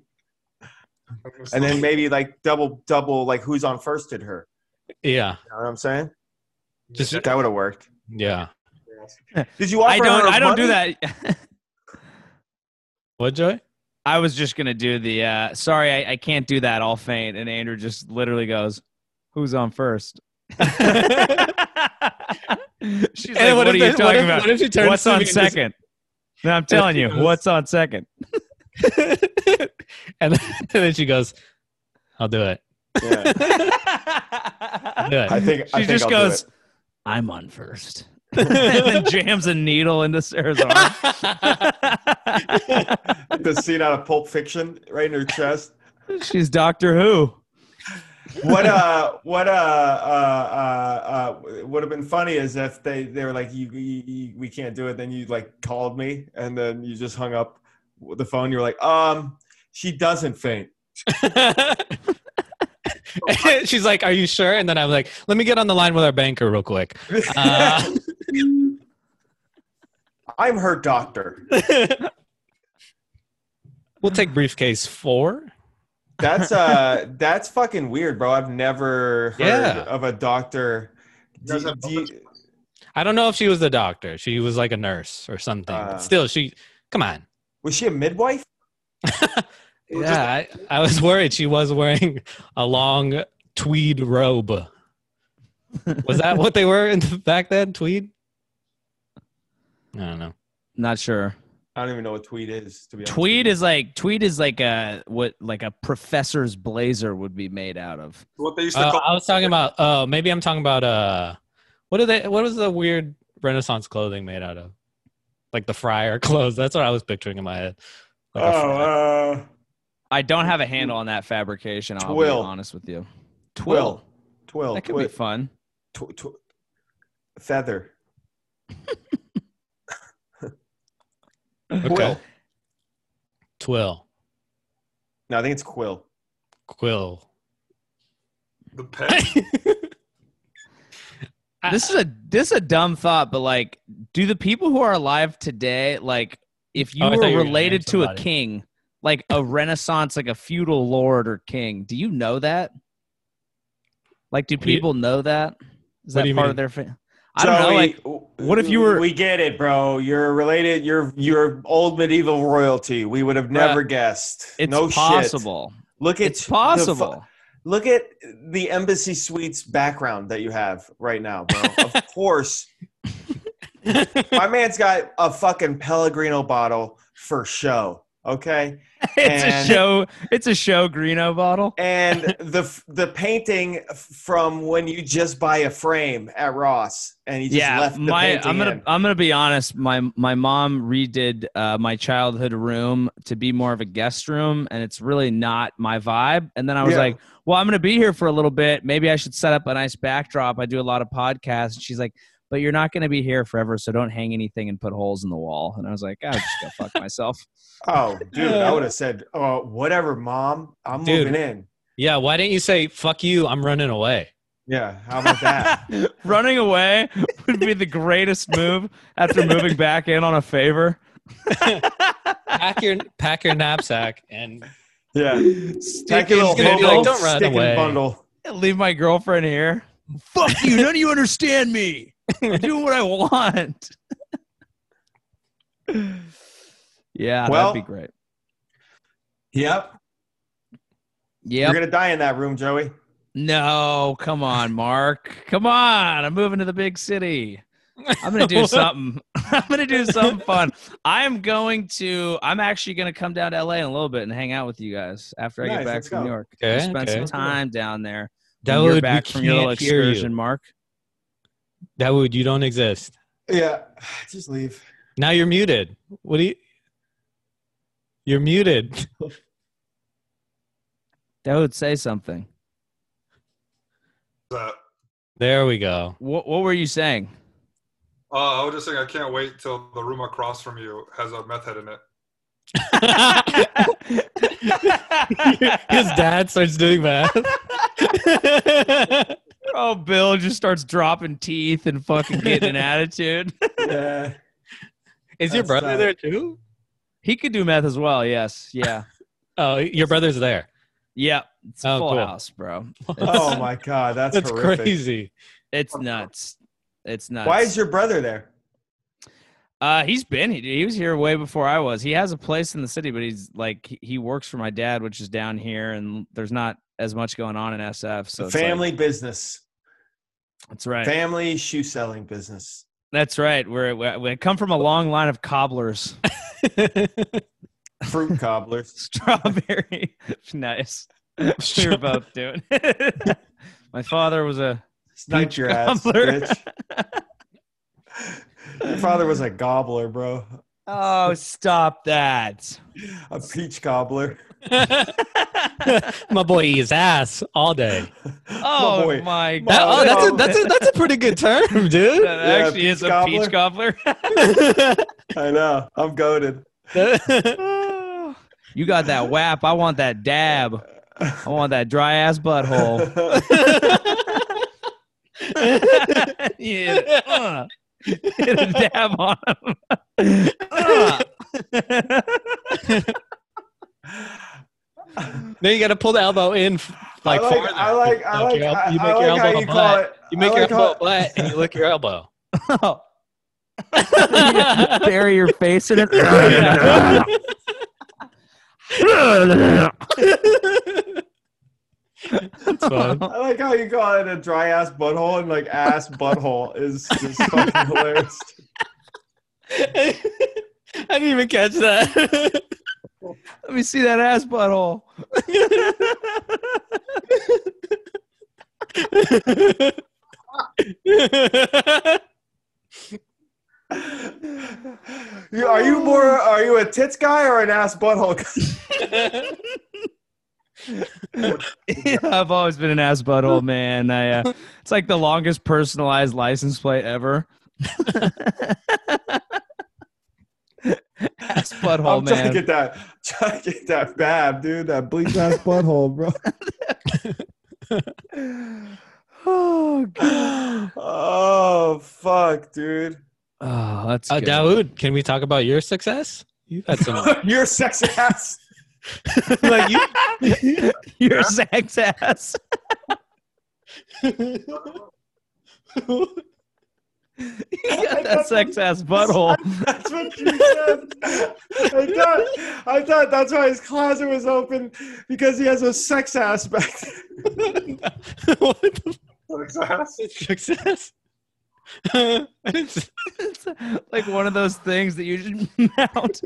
Speaker 1: And
Speaker 4: *laughs*
Speaker 1: then maybe like double, double, like who's on first at her.
Speaker 3: Yeah,
Speaker 1: You know what I'm saying?
Speaker 3: just
Speaker 1: That would have worked.
Speaker 3: yeah.
Speaker 1: Did you offer
Speaker 2: I don't,
Speaker 1: her
Speaker 2: I don't do
Speaker 1: money?
Speaker 2: that.
Speaker 3: What, Joy?
Speaker 2: I was just going to do the, uh, sorry, I, I can't do that. I'll faint. And Andrew just literally goes, who's on first? *laughs* She's like,
Speaker 3: And
Speaker 2: what, are you
Speaker 3: if the-
Speaker 2: talking
Speaker 3: what if-
Speaker 2: about?
Speaker 3: what if she turns
Speaker 2: What's
Speaker 3: to me
Speaker 2: on
Speaker 3: and just-
Speaker 2: second? No, I'm telling you,
Speaker 3: goes-
Speaker 2: what's on second?
Speaker 3: *laughs* and, then, and then she goes, "I'll do it.
Speaker 1: Yeah.
Speaker 3: I'll do it."
Speaker 1: I think
Speaker 2: *laughs* she
Speaker 1: I think
Speaker 2: just
Speaker 1: I'll do
Speaker 2: goes,
Speaker 1: it.
Speaker 2: I'm on
Speaker 1: *laughs*
Speaker 2: first. *laughs* and then jams a needle into Sarah's arm.
Speaker 1: *laughs* the scene out of Pulp Fiction right in her chest.
Speaker 2: She's Doctor Who.
Speaker 1: What uh, what uh, uh, uh, uh would have been funny is if they they were like, you, you, you we can't do it. Then you like called me, and then you just hung up the phone, you were like, um, she doesn't faint.
Speaker 3: *laughs* She's like, "Are you sure?" And then I'm like, "Let me get on the line with our banker real quick." Uh,
Speaker 1: *laughs* I'm her doctor.
Speaker 3: we'll
Speaker 2: *sighs*
Speaker 3: take briefcase four.
Speaker 1: That's uh, that's fucking weird, bro. I've never heard
Speaker 3: Yeah.
Speaker 1: of a doctor. Do-
Speaker 4: guys have
Speaker 1: do you-
Speaker 3: I don't know if she was the doctor. She was like a nurse or something.
Speaker 1: Uh.
Speaker 3: but still, she. Come on.
Speaker 1: was she a midwife?
Speaker 4: Well,
Speaker 3: Yeah, I, I was worried. She was wearing a long tweed robe. Was that what they were in the, back then? Tweed. I don't know.
Speaker 2: *laughs* Not sure.
Speaker 1: I don't even know what tweed is. To be honest,
Speaker 2: Tweed is like tweed is like a what like a professor's blazer would be made out of.
Speaker 4: What they used to
Speaker 3: Uh,
Speaker 4: call
Speaker 3: I was talking about. Uh, maybe I'm talking about. Uh, what are they? What was the weird Renaissance clothing made out of? Like the friar *laughs* clothes. That's what I was ppicturing in my head. Like a
Speaker 1: Oh,
Speaker 3: friar-
Speaker 1: uh,
Speaker 2: I don't have a handle on that fabrication. I'll
Speaker 1: Twill.
Speaker 2: be honest with you.
Speaker 1: twill, twill,
Speaker 2: That could
Speaker 1: twi-
Speaker 2: be fun.
Speaker 1: tw- tw-
Speaker 2: *laughs*
Speaker 1: feather.
Speaker 3: Okay.
Speaker 1: Quill.
Speaker 3: twill,
Speaker 1: No, I think it's quill.
Speaker 3: quill.
Speaker 4: *laughs* the pen.
Speaker 3: I-
Speaker 2: this is a this is a dumb thought, but like, do the people who are alive today, like, if you
Speaker 3: Oh, I
Speaker 2: were
Speaker 3: thought you were gonna
Speaker 2: related
Speaker 3: name
Speaker 2: to a
Speaker 3: somebody.
Speaker 2: king, like a Renaissance, like a feudal lord or king, do you know that? Like, do
Speaker 3: What do you-
Speaker 2: people know that? Is
Speaker 3: What
Speaker 2: that
Speaker 3: do
Speaker 2: part of
Speaker 3: you mean?
Speaker 2: their? Fa- I don't know. Like, what if you were-
Speaker 1: We get it, bro. You're related. You're you're old medieval royalty. We would have never guessed.
Speaker 2: it's
Speaker 1: no Shit.
Speaker 2: possible.
Speaker 1: Look at
Speaker 2: It's
Speaker 1: the fu-
Speaker 2: possible. *laughs*
Speaker 1: look at the embassy suites background that you have right now,
Speaker 2: *laughs*
Speaker 1: bro. of course, my man's got a fucking Pellegrino bottle for show. Okay.
Speaker 2: it's
Speaker 1: And-
Speaker 2: a show. It's a show. Greeno bottle.
Speaker 1: and the f- the painting f- from when you just buy a frame at Ross and you just
Speaker 2: yeah,
Speaker 1: left the
Speaker 2: my
Speaker 1: painting
Speaker 2: I'm gonna
Speaker 1: in.
Speaker 2: I'm gonna be honest. My my mom redid uh, my childhood room to be more of a guest room, and it's really not my vibe. And then I was
Speaker 1: Yeah.
Speaker 2: like, well, I'm gonna be here for a little bit. Maybe I should set up a nice backdrop. I do a lot of podcasts. And she's like, but you're not gonna be here forever, so don't hang anything and put holes in the wall. And I was like, I'm just gonna
Speaker 1: *laughs*
Speaker 2: fuck myself.
Speaker 1: Oh, dude, I would have said, "Oh, whatever, mom, I'm
Speaker 3: Dude.
Speaker 1: moving in."
Speaker 3: yeah. Why didn't you say "fuck you"? I'm running away.
Speaker 1: Yeah, how about that?
Speaker 3: *laughs*
Speaker 2: Running away *laughs* would be the greatest move after moving back in on a favor.
Speaker 3: Pack your pack your knapsack and
Speaker 1: yeah,
Speaker 2: Stick
Speaker 1: Take your
Speaker 2: in
Speaker 1: little
Speaker 3: gonna be like,
Speaker 1: bundle,
Speaker 3: "Don't run
Speaker 1: stick in
Speaker 3: away."
Speaker 1: bundle.
Speaker 2: leave my girlfriend here. Fuck you. None of you understand me. I'm doing what I want. yeah,
Speaker 1: Well,
Speaker 2: that'd be great.
Speaker 1: Yep,
Speaker 2: Yeah.
Speaker 1: you're gonna die in that room, Joey.
Speaker 2: no, come on, Mark. Come on. I'm moving to the big city. I'm going to
Speaker 1: *laughs*
Speaker 2: do something. *laughs* I'm going to do something fun. I'm going to, I'm actually going to come down to LA in a little bit and hang out with you guys after I
Speaker 1: Nice,
Speaker 2: get back
Speaker 1: let's
Speaker 2: from
Speaker 1: go.
Speaker 2: New York.
Speaker 3: Okay,
Speaker 2: Spend
Speaker 3: okay.
Speaker 2: some time down there. When
Speaker 3: Dawood,
Speaker 2: you're
Speaker 3: we
Speaker 2: back from your little
Speaker 3: can't hear you.
Speaker 2: excursion, Mark.
Speaker 3: Dawood, you don't exist.
Speaker 1: Yeah, *sighs* just
Speaker 3: *laughs*
Speaker 1: leave.
Speaker 3: Now you're muted. What do you? You're muted. *laughs*
Speaker 2: That would say something.
Speaker 4: Uh,
Speaker 3: There we go. *laughs*
Speaker 2: What What were you saying?
Speaker 4: Uh, I was just saying, I can't wait till the room across from you has a meth head in it.
Speaker 3: His dad starts doing math. *laughs*
Speaker 2: oh, Bill just starts dropping teeth and fucking
Speaker 3: *laughs*
Speaker 2: getting an attitude.
Speaker 1: Yeah.
Speaker 3: Is your
Speaker 1: That's
Speaker 3: brother
Speaker 1: not-
Speaker 3: there too?
Speaker 2: He could do meth as well. Yes. Yeah.
Speaker 3: Oh, your brother's there.
Speaker 2: Yep. It's
Speaker 3: Oh,
Speaker 2: full
Speaker 3: cool.
Speaker 2: house, bro.
Speaker 1: *laughs* oh my god, that's,
Speaker 3: *laughs* That's
Speaker 1: horrific.
Speaker 3: crazy.
Speaker 2: It's nuts. It's nuts.
Speaker 1: Why is your brother there?
Speaker 2: Uh, he's been he, he was here way before I was. He has a place in the city, but he's like he- he works for my dad, which is down here, and there's not as much going on in SF. So it's like-
Speaker 1: family business,
Speaker 2: that's right.
Speaker 1: family shoe selling business.
Speaker 2: That's right. We're, we we come from a long line of cobblers.
Speaker 1: Fruit
Speaker 3: *laughs*
Speaker 1: cobblers.
Speaker 2: Strawberry. *laughs* nice. We were both doing it. *laughs* My father was a.
Speaker 1: Snipe your ass,
Speaker 2: gobbler.
Speaker 1: bitch.
Speaker 2: *laughs*
Speaker 1: Your father was a gobbler, bro.
Speaker 2: Oh,
Speaker 1: *laughs*
Speaker 2: stop that.
Speaker 1: A peach gobbler. *laughs*
Speaker 3: My boy eats ass
Speaker 1: *laughs*
Speaker 3: all day.
Speaker 2: Oh,
Speaker 1: boy.
Speaker 2: my God.
Speaker 3: That-
Speaker 1: *laughs*
Speaker 3: oh, that's a, that's a
Speaker 2: that
Speaker 3: that's a pretty good term, dude.
Speaker 1: Yeah,
Speaker 2: actually
Speaker 1: peach
Speaker 2: is a
Speaker 1: gobbler.
Speaker 2: peach gobbler.
Speaker 1: I know. I'm goaded.
Speaker 2: *laughs*
Speaker 3: *laughs*
Speaker 1: *laughs*
Speaker 2: You got that whap. I want that dab. I want that dry ass
Speaker 1: *laughs*
Speaker 2: butthole.
Speaker 1: *laughs*
Speaker 2: yeah. *laughs* uh. Hit a dab on him. Uh.
Speaker 3: Then you got to pull the elbow in, f- like,
Speaker 1: I like,
Speaker 3: farther.
Speaker 1: I like, I like,
Speaker 3: You make your el-
Speaker 1: I-
Speaker 3: you make
Speaker 1: I like how
Speaker 3: your elbow
Speaker 1: you call
Speaker 3: butt.
Speaker 1: it.
Speaker 3: You make
Speaker 1: I
Speaker 3: your
Speaker 1: like
Speaker 3: elbow
Speaker 1: how-
Speaker 3: butt and you lick
Speaker 2: *laughs*
Speaker 3: your elbow.
Speaker 2: You Bury your face
Speaker 1: *laughs*
Speaker 2: in it.
Speaker 1: *laughs*
Speaker 3: It's fun.
Speaker 1: I like how you call it a dry ass butthole and like
Speaker 3: *laughs*
Speaker 1: ass butthole is just fucking hilarious.
Speaker 3: I didn't even
Speaker 1: *laughs*
Speaker 3: catch that.
Speaker 2: Let me see that ass butthole.
Speaker 3: Uh,
Speaker 1: You, are you more are you a tits guy or an ass butthole *laughs* guy?
Speaker 2: *laughs* I've always been an ass butthole man. I,
Speaker 1: *laughs*
Speaker 2: uh, it's like the longest personalized license plate ever. *laughs* ass butthole
Speaker 1: I'm trying
Speaker 2: man.
Speaker 1: to get that trying to get that bab, dude. That bleach ass butthole, bro. *sighs*
Speaker 2: oh,
Speaker 1: oh fuck, dude.
Speaker 2: *sighs* oh, that's
Speaker 3: uh,
Speaker 2: good.
Speaker 3: Daoud, can we talk about your success? You've had some
Speaker 1: *laughs* You're a sex ass.
Speaker 3: *laughs* like you.
Speaker 2: *laughs* You're Zach's ass. *laughs* You got
Speaker 1: *laughs*
Speaker 2: that sex ass butthole.
Speaker 1: *laughs* That's what you said. I thought, I thought that's why his closet was open because he has a sex aspect.
Speaker 3: *laughs* what the
Speaker 4: Success.
Speaker 3: f- success? *laughs* I didn't s-
Speaker 2: *laughs* It's like one of those things that you just *laughs* mount.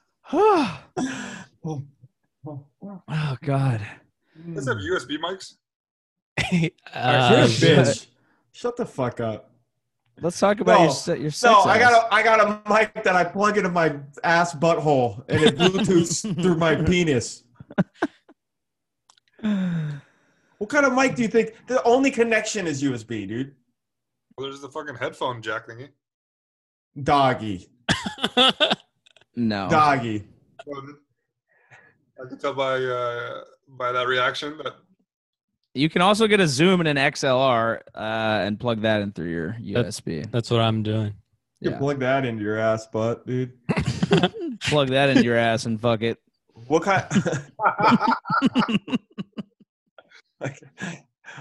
Speaker 1: *laughs*
Speaker 2: *sighs* oh God.
Speaker 4: Does
Speaker 1: Mm.
Speaker 4: it have USB mics?
Speaker 1: You're a
Speaker 3: Um,
Speaker 1: bitch. Uh, Shut the fuck up.
Speaker 2: Let's talk about
Speaker 1: No.
Speaker 2: your se- your sex.
Speaker 1: No, I
Speaker 2: ass.
Speaker 1: got a I got a mic that I plug into my ass butthole and it Bluetooths *laughs* through my penis. What kind of mic do you think? The only connection is USB, dude.
Speaker 4: Well, there's the fucking headphone
Speaker 1: *laughs*
Speaker 4: jack thingy.
Speaker 1: Doggy,
Speaker 2: *sighs*
Speaker 1: Oh.
Speaker 2: no.
Speaker 1: doggy.
Speaker 4: I can tell by uh, by that reaction that
Speaker 2: You can also get a Zoom and an XLR uh, and plug that in through your USB.
Speaker 3: *laughs* That's what I'm doing.
Speaker 1: You
Speaker 2: Yeah.
Speaker 1: can plug that into your ass butt, dude.
Speaker 2: Plug that into your ass and fuck it.
Speaker 1: What
Speaker 2: *laughs*
Speaker 1: kind? *laughs*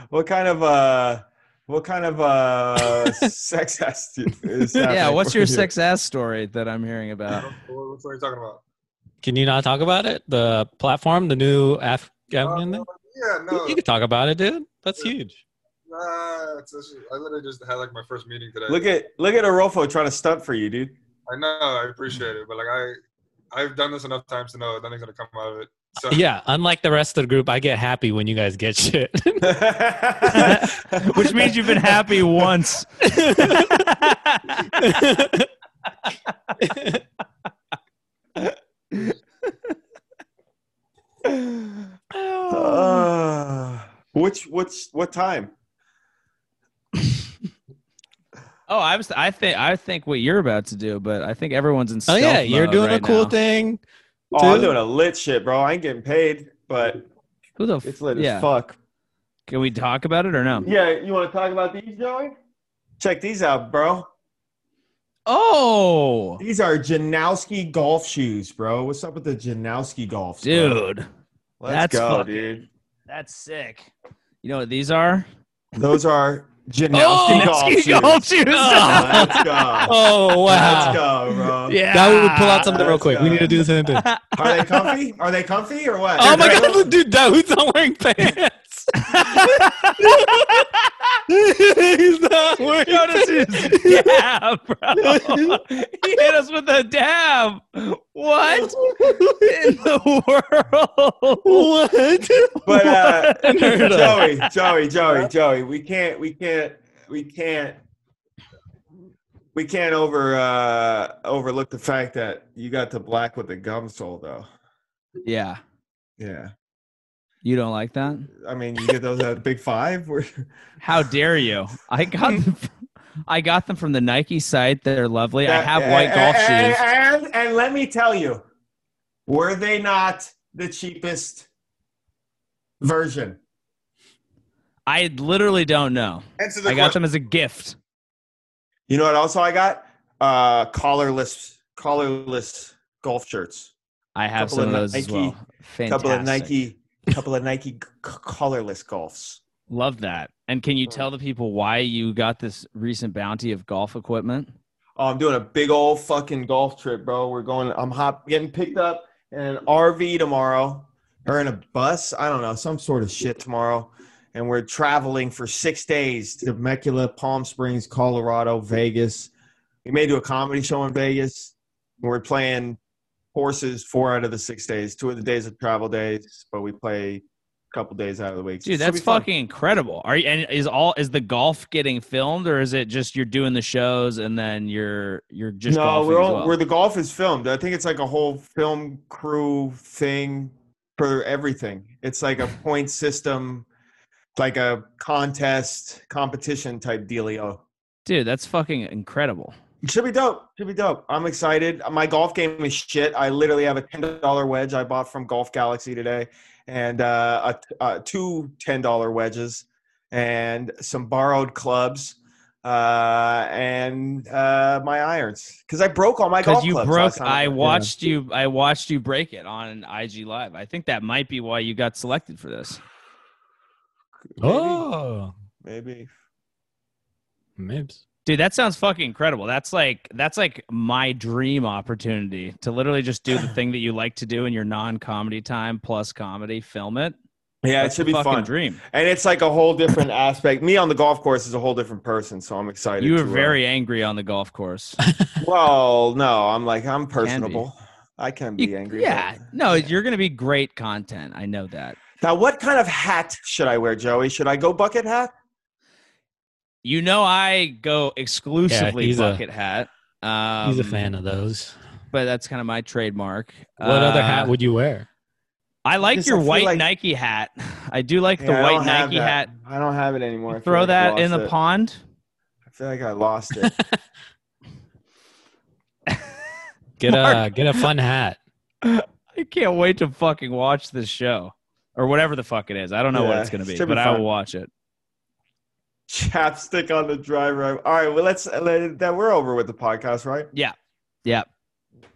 Speaker 1: what kind of uh? What kind of
Speaker 2: *laughs*
Speaker 1: uh? sex ass do- is that?
Speaker 2: Yeah. What's
Speaker 1: *laughs*
Speaker 2: your sex ass story that I'm hearing
Speaker 4: I
Speaker 3: Uh,
Speaker 2: about?
Speaker 4: *laughs* don't know what, what are you talking about?
Speaker 3: Can you not talk about it? The platform, the new Af- Afghan
Speaker 4: Uh, yeah,
Speaker 3: thing?
Speaker 4: no,
Speaker 3: You can talk about it, dude. That's huge.
Speaker 4: nah, it's, it's, I literally just had like my first meeting today.
Speaker 1: Look at look at Arofo trying to stunt for you, dude.
Speaker 4: I know, I appreciate it, but like I, I've done this enough times to know nothing's gonna come out of it. So
Speaker 3: Yeah, unlike the rest of the group, I get happy when you guys get shit.
Speaker 2: *laughs*
Speaker 3: *laughs*
Speaker 2: Which means *sighs* you've been happy once.
Speaker 1: Uh, *laughs* which which what time?
Speaker 2: *laughs* Oh, I was. I think. I think what you're about to do, but I think everyone's in.
Speaker 3: oh yeah,
Speaker 2: stealth
Speaker 3: you're
Speaker 2: mode
Speaker 3: doing
Speaker 2: right
Speaker 3: a cool
Speaker 2: now.
Speaker 3: thing.
Speaker 1: Oh, I'm
Speaker 3: Dude.
Speaker 1: doing a lit shit, bro. I ain't getting paid, but
Speaker 2: Who the? F-
Speaker 1: it's lit
Speaker 2: yeah.
Speaker 1: as fuck.
Speaker 2: Can we talk about it or no?
Speaker 1: Yeah, you want to talk about these, Joey? Check these out, bro.
Speaker 2: Oh,
Speaker 1: These are Janowski golf shoes, bro. What's up with the Janowski golfs, bro?
Speaker 2: dude,
Speaker 1: Let's
Speaker 2: that's
Speaker 1: go,
Speaker 2: fucking-
Speaker 1: dude.
Speaker 2: that's sick. You know what these are?
Speaker 1: Those are Janowski golf shoes.
Speaker 2: shoes.
Speaker 1: *laughs* Let's go.
Speaker 3: Oh
Speaker 1: Let's
Speaker 3: wow.
Speaker 1: go, bro.
Speaker 2: yeah.
Speaker 3: That would pull out something real
Speaker 1: Let's
Speaker 3: quick. We
Speaker 1: go.
Speaker 3: need to do the same *laughs* thing.
Speaker 1: Are they comfy? Are they comfy or what?
Speaker 3: Oh my god, dude, Dawood's not wearing pants. *laughs* He's *laughs* not wearing
Speaker 1: *laughs*
Speaker 2: Notice his dab, bro. He hit us with a dab. What in the world?
Speaker 1: *laughs*
Speaker 3: What?
Speaker 1: But uh,
Speaker 3: Unheard of.
Speaker 1: Joey, Joey, Joey, Joey, we can't, we can't, we can't, we can't over uh, overlook the fact that you got to black with the gum sole, though.
Speaker 2: Yeah,
Speaker 1: Yeah,
Speaker 2: you don't like that?
Speaker 1: I mean, you get those at the Big Five. Where,
Speaker 2: How dare you?
Speaker 1: *laughs*
Speaker 2: I got them. I got them from the Nike site. They're lovely. I have white golf
Speaker 1: *laughs* and,
Speaker 2: shoes.
Speaker 1: and, and, and let me tell you, were they not the cheapest version?
Speaker 2: I literally don't know.
Speaker 4: Answer the
Speaker 2: I got
Speaker 4: question.
Speaker 2: them as a gift.
Speaker 1: You know what? Also, I got uh, collarless collarless golf shirts.
Speaker 2: I have
Speaker 1: Couple
Speaker 2: some
Speaker 1: of
Speaker 2: of those as
Speaker 1: Nike-
Speaker 2: well. Fantastic.
Speaker 1: Couple of Nike, couple of Nike c- collarless golfs.
Speaker 2: Love that. And can you tell the people why you got this recent bounty of golf equipment?
Speaker 1: Oh, I'm doing a big old fucking golf trip, bro. We're going. I'm hop getting picked up in an RV tomorrow, or in a bus. I don't know, some sort of shit tomorrow, and we're traveling for six days to Temecula, Palm Springs, Colorado, Vegas. We may do a comedy show in Vegas. We're playing horses four out of the six days. Two of the days are travel days, but we play a couple days out of the week.
Speaker 2: Dude,
Speaker 1: Should be
Speaker 2: that's
Speaker 1: fun.
Speaker 2: fucking incredible. Are you, and is all is the golf getting filmed or is it just you're doing the shows and then you're you're just
Speaker 1: no,
Speaker 2: golfing
Speaker 1: we're
Speaker 2: as
Speaker 1: all,
Speaker 2: well?
Speaker 1: where the golf is filmed. I think it's like a whole film crew thing for everything. It's like a point system, like a contest competition type dealio.
Speaker 2: Dude, that's fucking incredible.
Speaker 1: It should be dope. Should be dope. I'm excited. My golf game is shit. I literally have a ten dollar wedge I bought from Golf Galaxy today, and uh, a, uh two ten dollar wedges, and some borrowed clubs, uh, and uh, my irons because I broke all my golf
Speaker 2: Because you
Speaker 1: clubs last
Speaker 2: broke,
Speaker 1: time
Speaker 2: I
Speaker 1: went.
Speaker 2: watched you. I watched you break it on IG Live. I think that might be why you got selected for this.
Speaker 1: Maybe.
Speaker 3: Oh,
Speaker 1: Maybe.
Speaker 3: Mibs.
Speaker 2: Dude, that sounds fucking incredible. That's like that's like my dream opportunity to literally just do the thing that you like to do in your non-comedy time plus comedy, film it.
Speaker 1: Yeah,
Speaker 2: That's
Speaker 1: it should
Speaker 2: the
Speaker 1: be
Speaker 2: fucking
Speaker 1: fun.
Speaker 2: Dream.
Speaker 1: And it's like a whole different aspect. Me on the golf course is a whole different person, so I'm excited.
Speaker 2: You were
Speaker 1: to, uh,
Speaker 2: very angry on the golf course.
Speaker 1: well. No, I'm like I'm
Speaker 2: be.
Speaker 1: personable. I can be
Speaker 2: You-
Speaker 1: angry.
Speaker 2: yeah,
Speaker 1: but-
Speaker 2: no, you're gonna be great content. I know that.
Speaker 1: Now, what kind of hat should I wear, Joey? Should I go bucket hat?
Speaker 2: You know, I go exclusively
Speaker 3: he's a-
Speaker 2: bucket hat. Um,
Speaker 3: He's a fan of those.
Speaker 2: but that's kind of my trademark. Uh,
Speaker 3: What other hat would you wear?
Speaker 2: I like
Speaker 1: Because
Speaker 2: your
Speaker 1: I feel
Speaker 2: white
Speaker 1: like-
Speaker 2: Nike hat. I do like the
Speaker 1: Yeah, I
Speaker 2: white
Speaker 1: don't have
Speaker 2: Nike
Speaker 1: that.
Speaker 2: hat.
Speaker 1: I don't have it anymore. I feel
Speaker 2: Throw
Speaker 1: like I
Speaker 2: that in
Speaker 1: lost
Speaker 2: the
Speaker 1: it.
Speaker 2: pond. *laughs*
Speaker 1: I feel like I lost it.
Speaker 3: Get a
Speaker 2: Mark.
Speaker 3: get a fun hat.
Speaker 2: I can't wait to fucking watch this show or whatever the fuck it is. I don't know what
Speaker 1: Yeah,
Speaker 2: it's going to be,
Speaker 1: should be
Speaker 2: but I
Speaker 1: fun.
Speaker 2: will watch it.
Speaker 1: Chapstick on the driver. All right, well, let's let, that we're over with the podcast, right?
Speaker 2: Yeah. Yeah.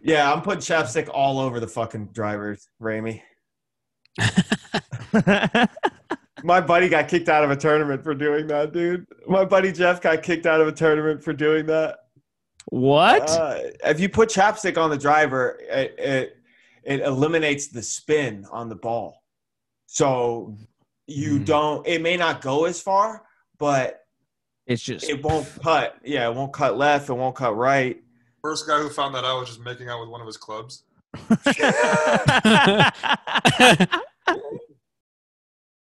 Speaker 1: Yeah, I'm putting chapstick all over the fucking drivers, Ramey. My buddy got kicked out of a tournament for doing that, dude. My buddy Jeff got kicked out of a tournament for doing that.
Speaker 2: *laughs* what?
Speaker 1: Uh, if you put chapstick on the driver, it, it it eliminates the spin on the ball. So you
Speaker 3: Hmm.
Speaker 1: don't. It may not go as far, but
Speaker 2: it's just
Speaker 1: it *laughs*
Speaker 2: *laughs*
Speaker 1: won't cut. Yeah, it won't cut left. It won't cut right.
Speaker 4: First guy who found that out was just making out with one of his clubs.
Speaker 2: I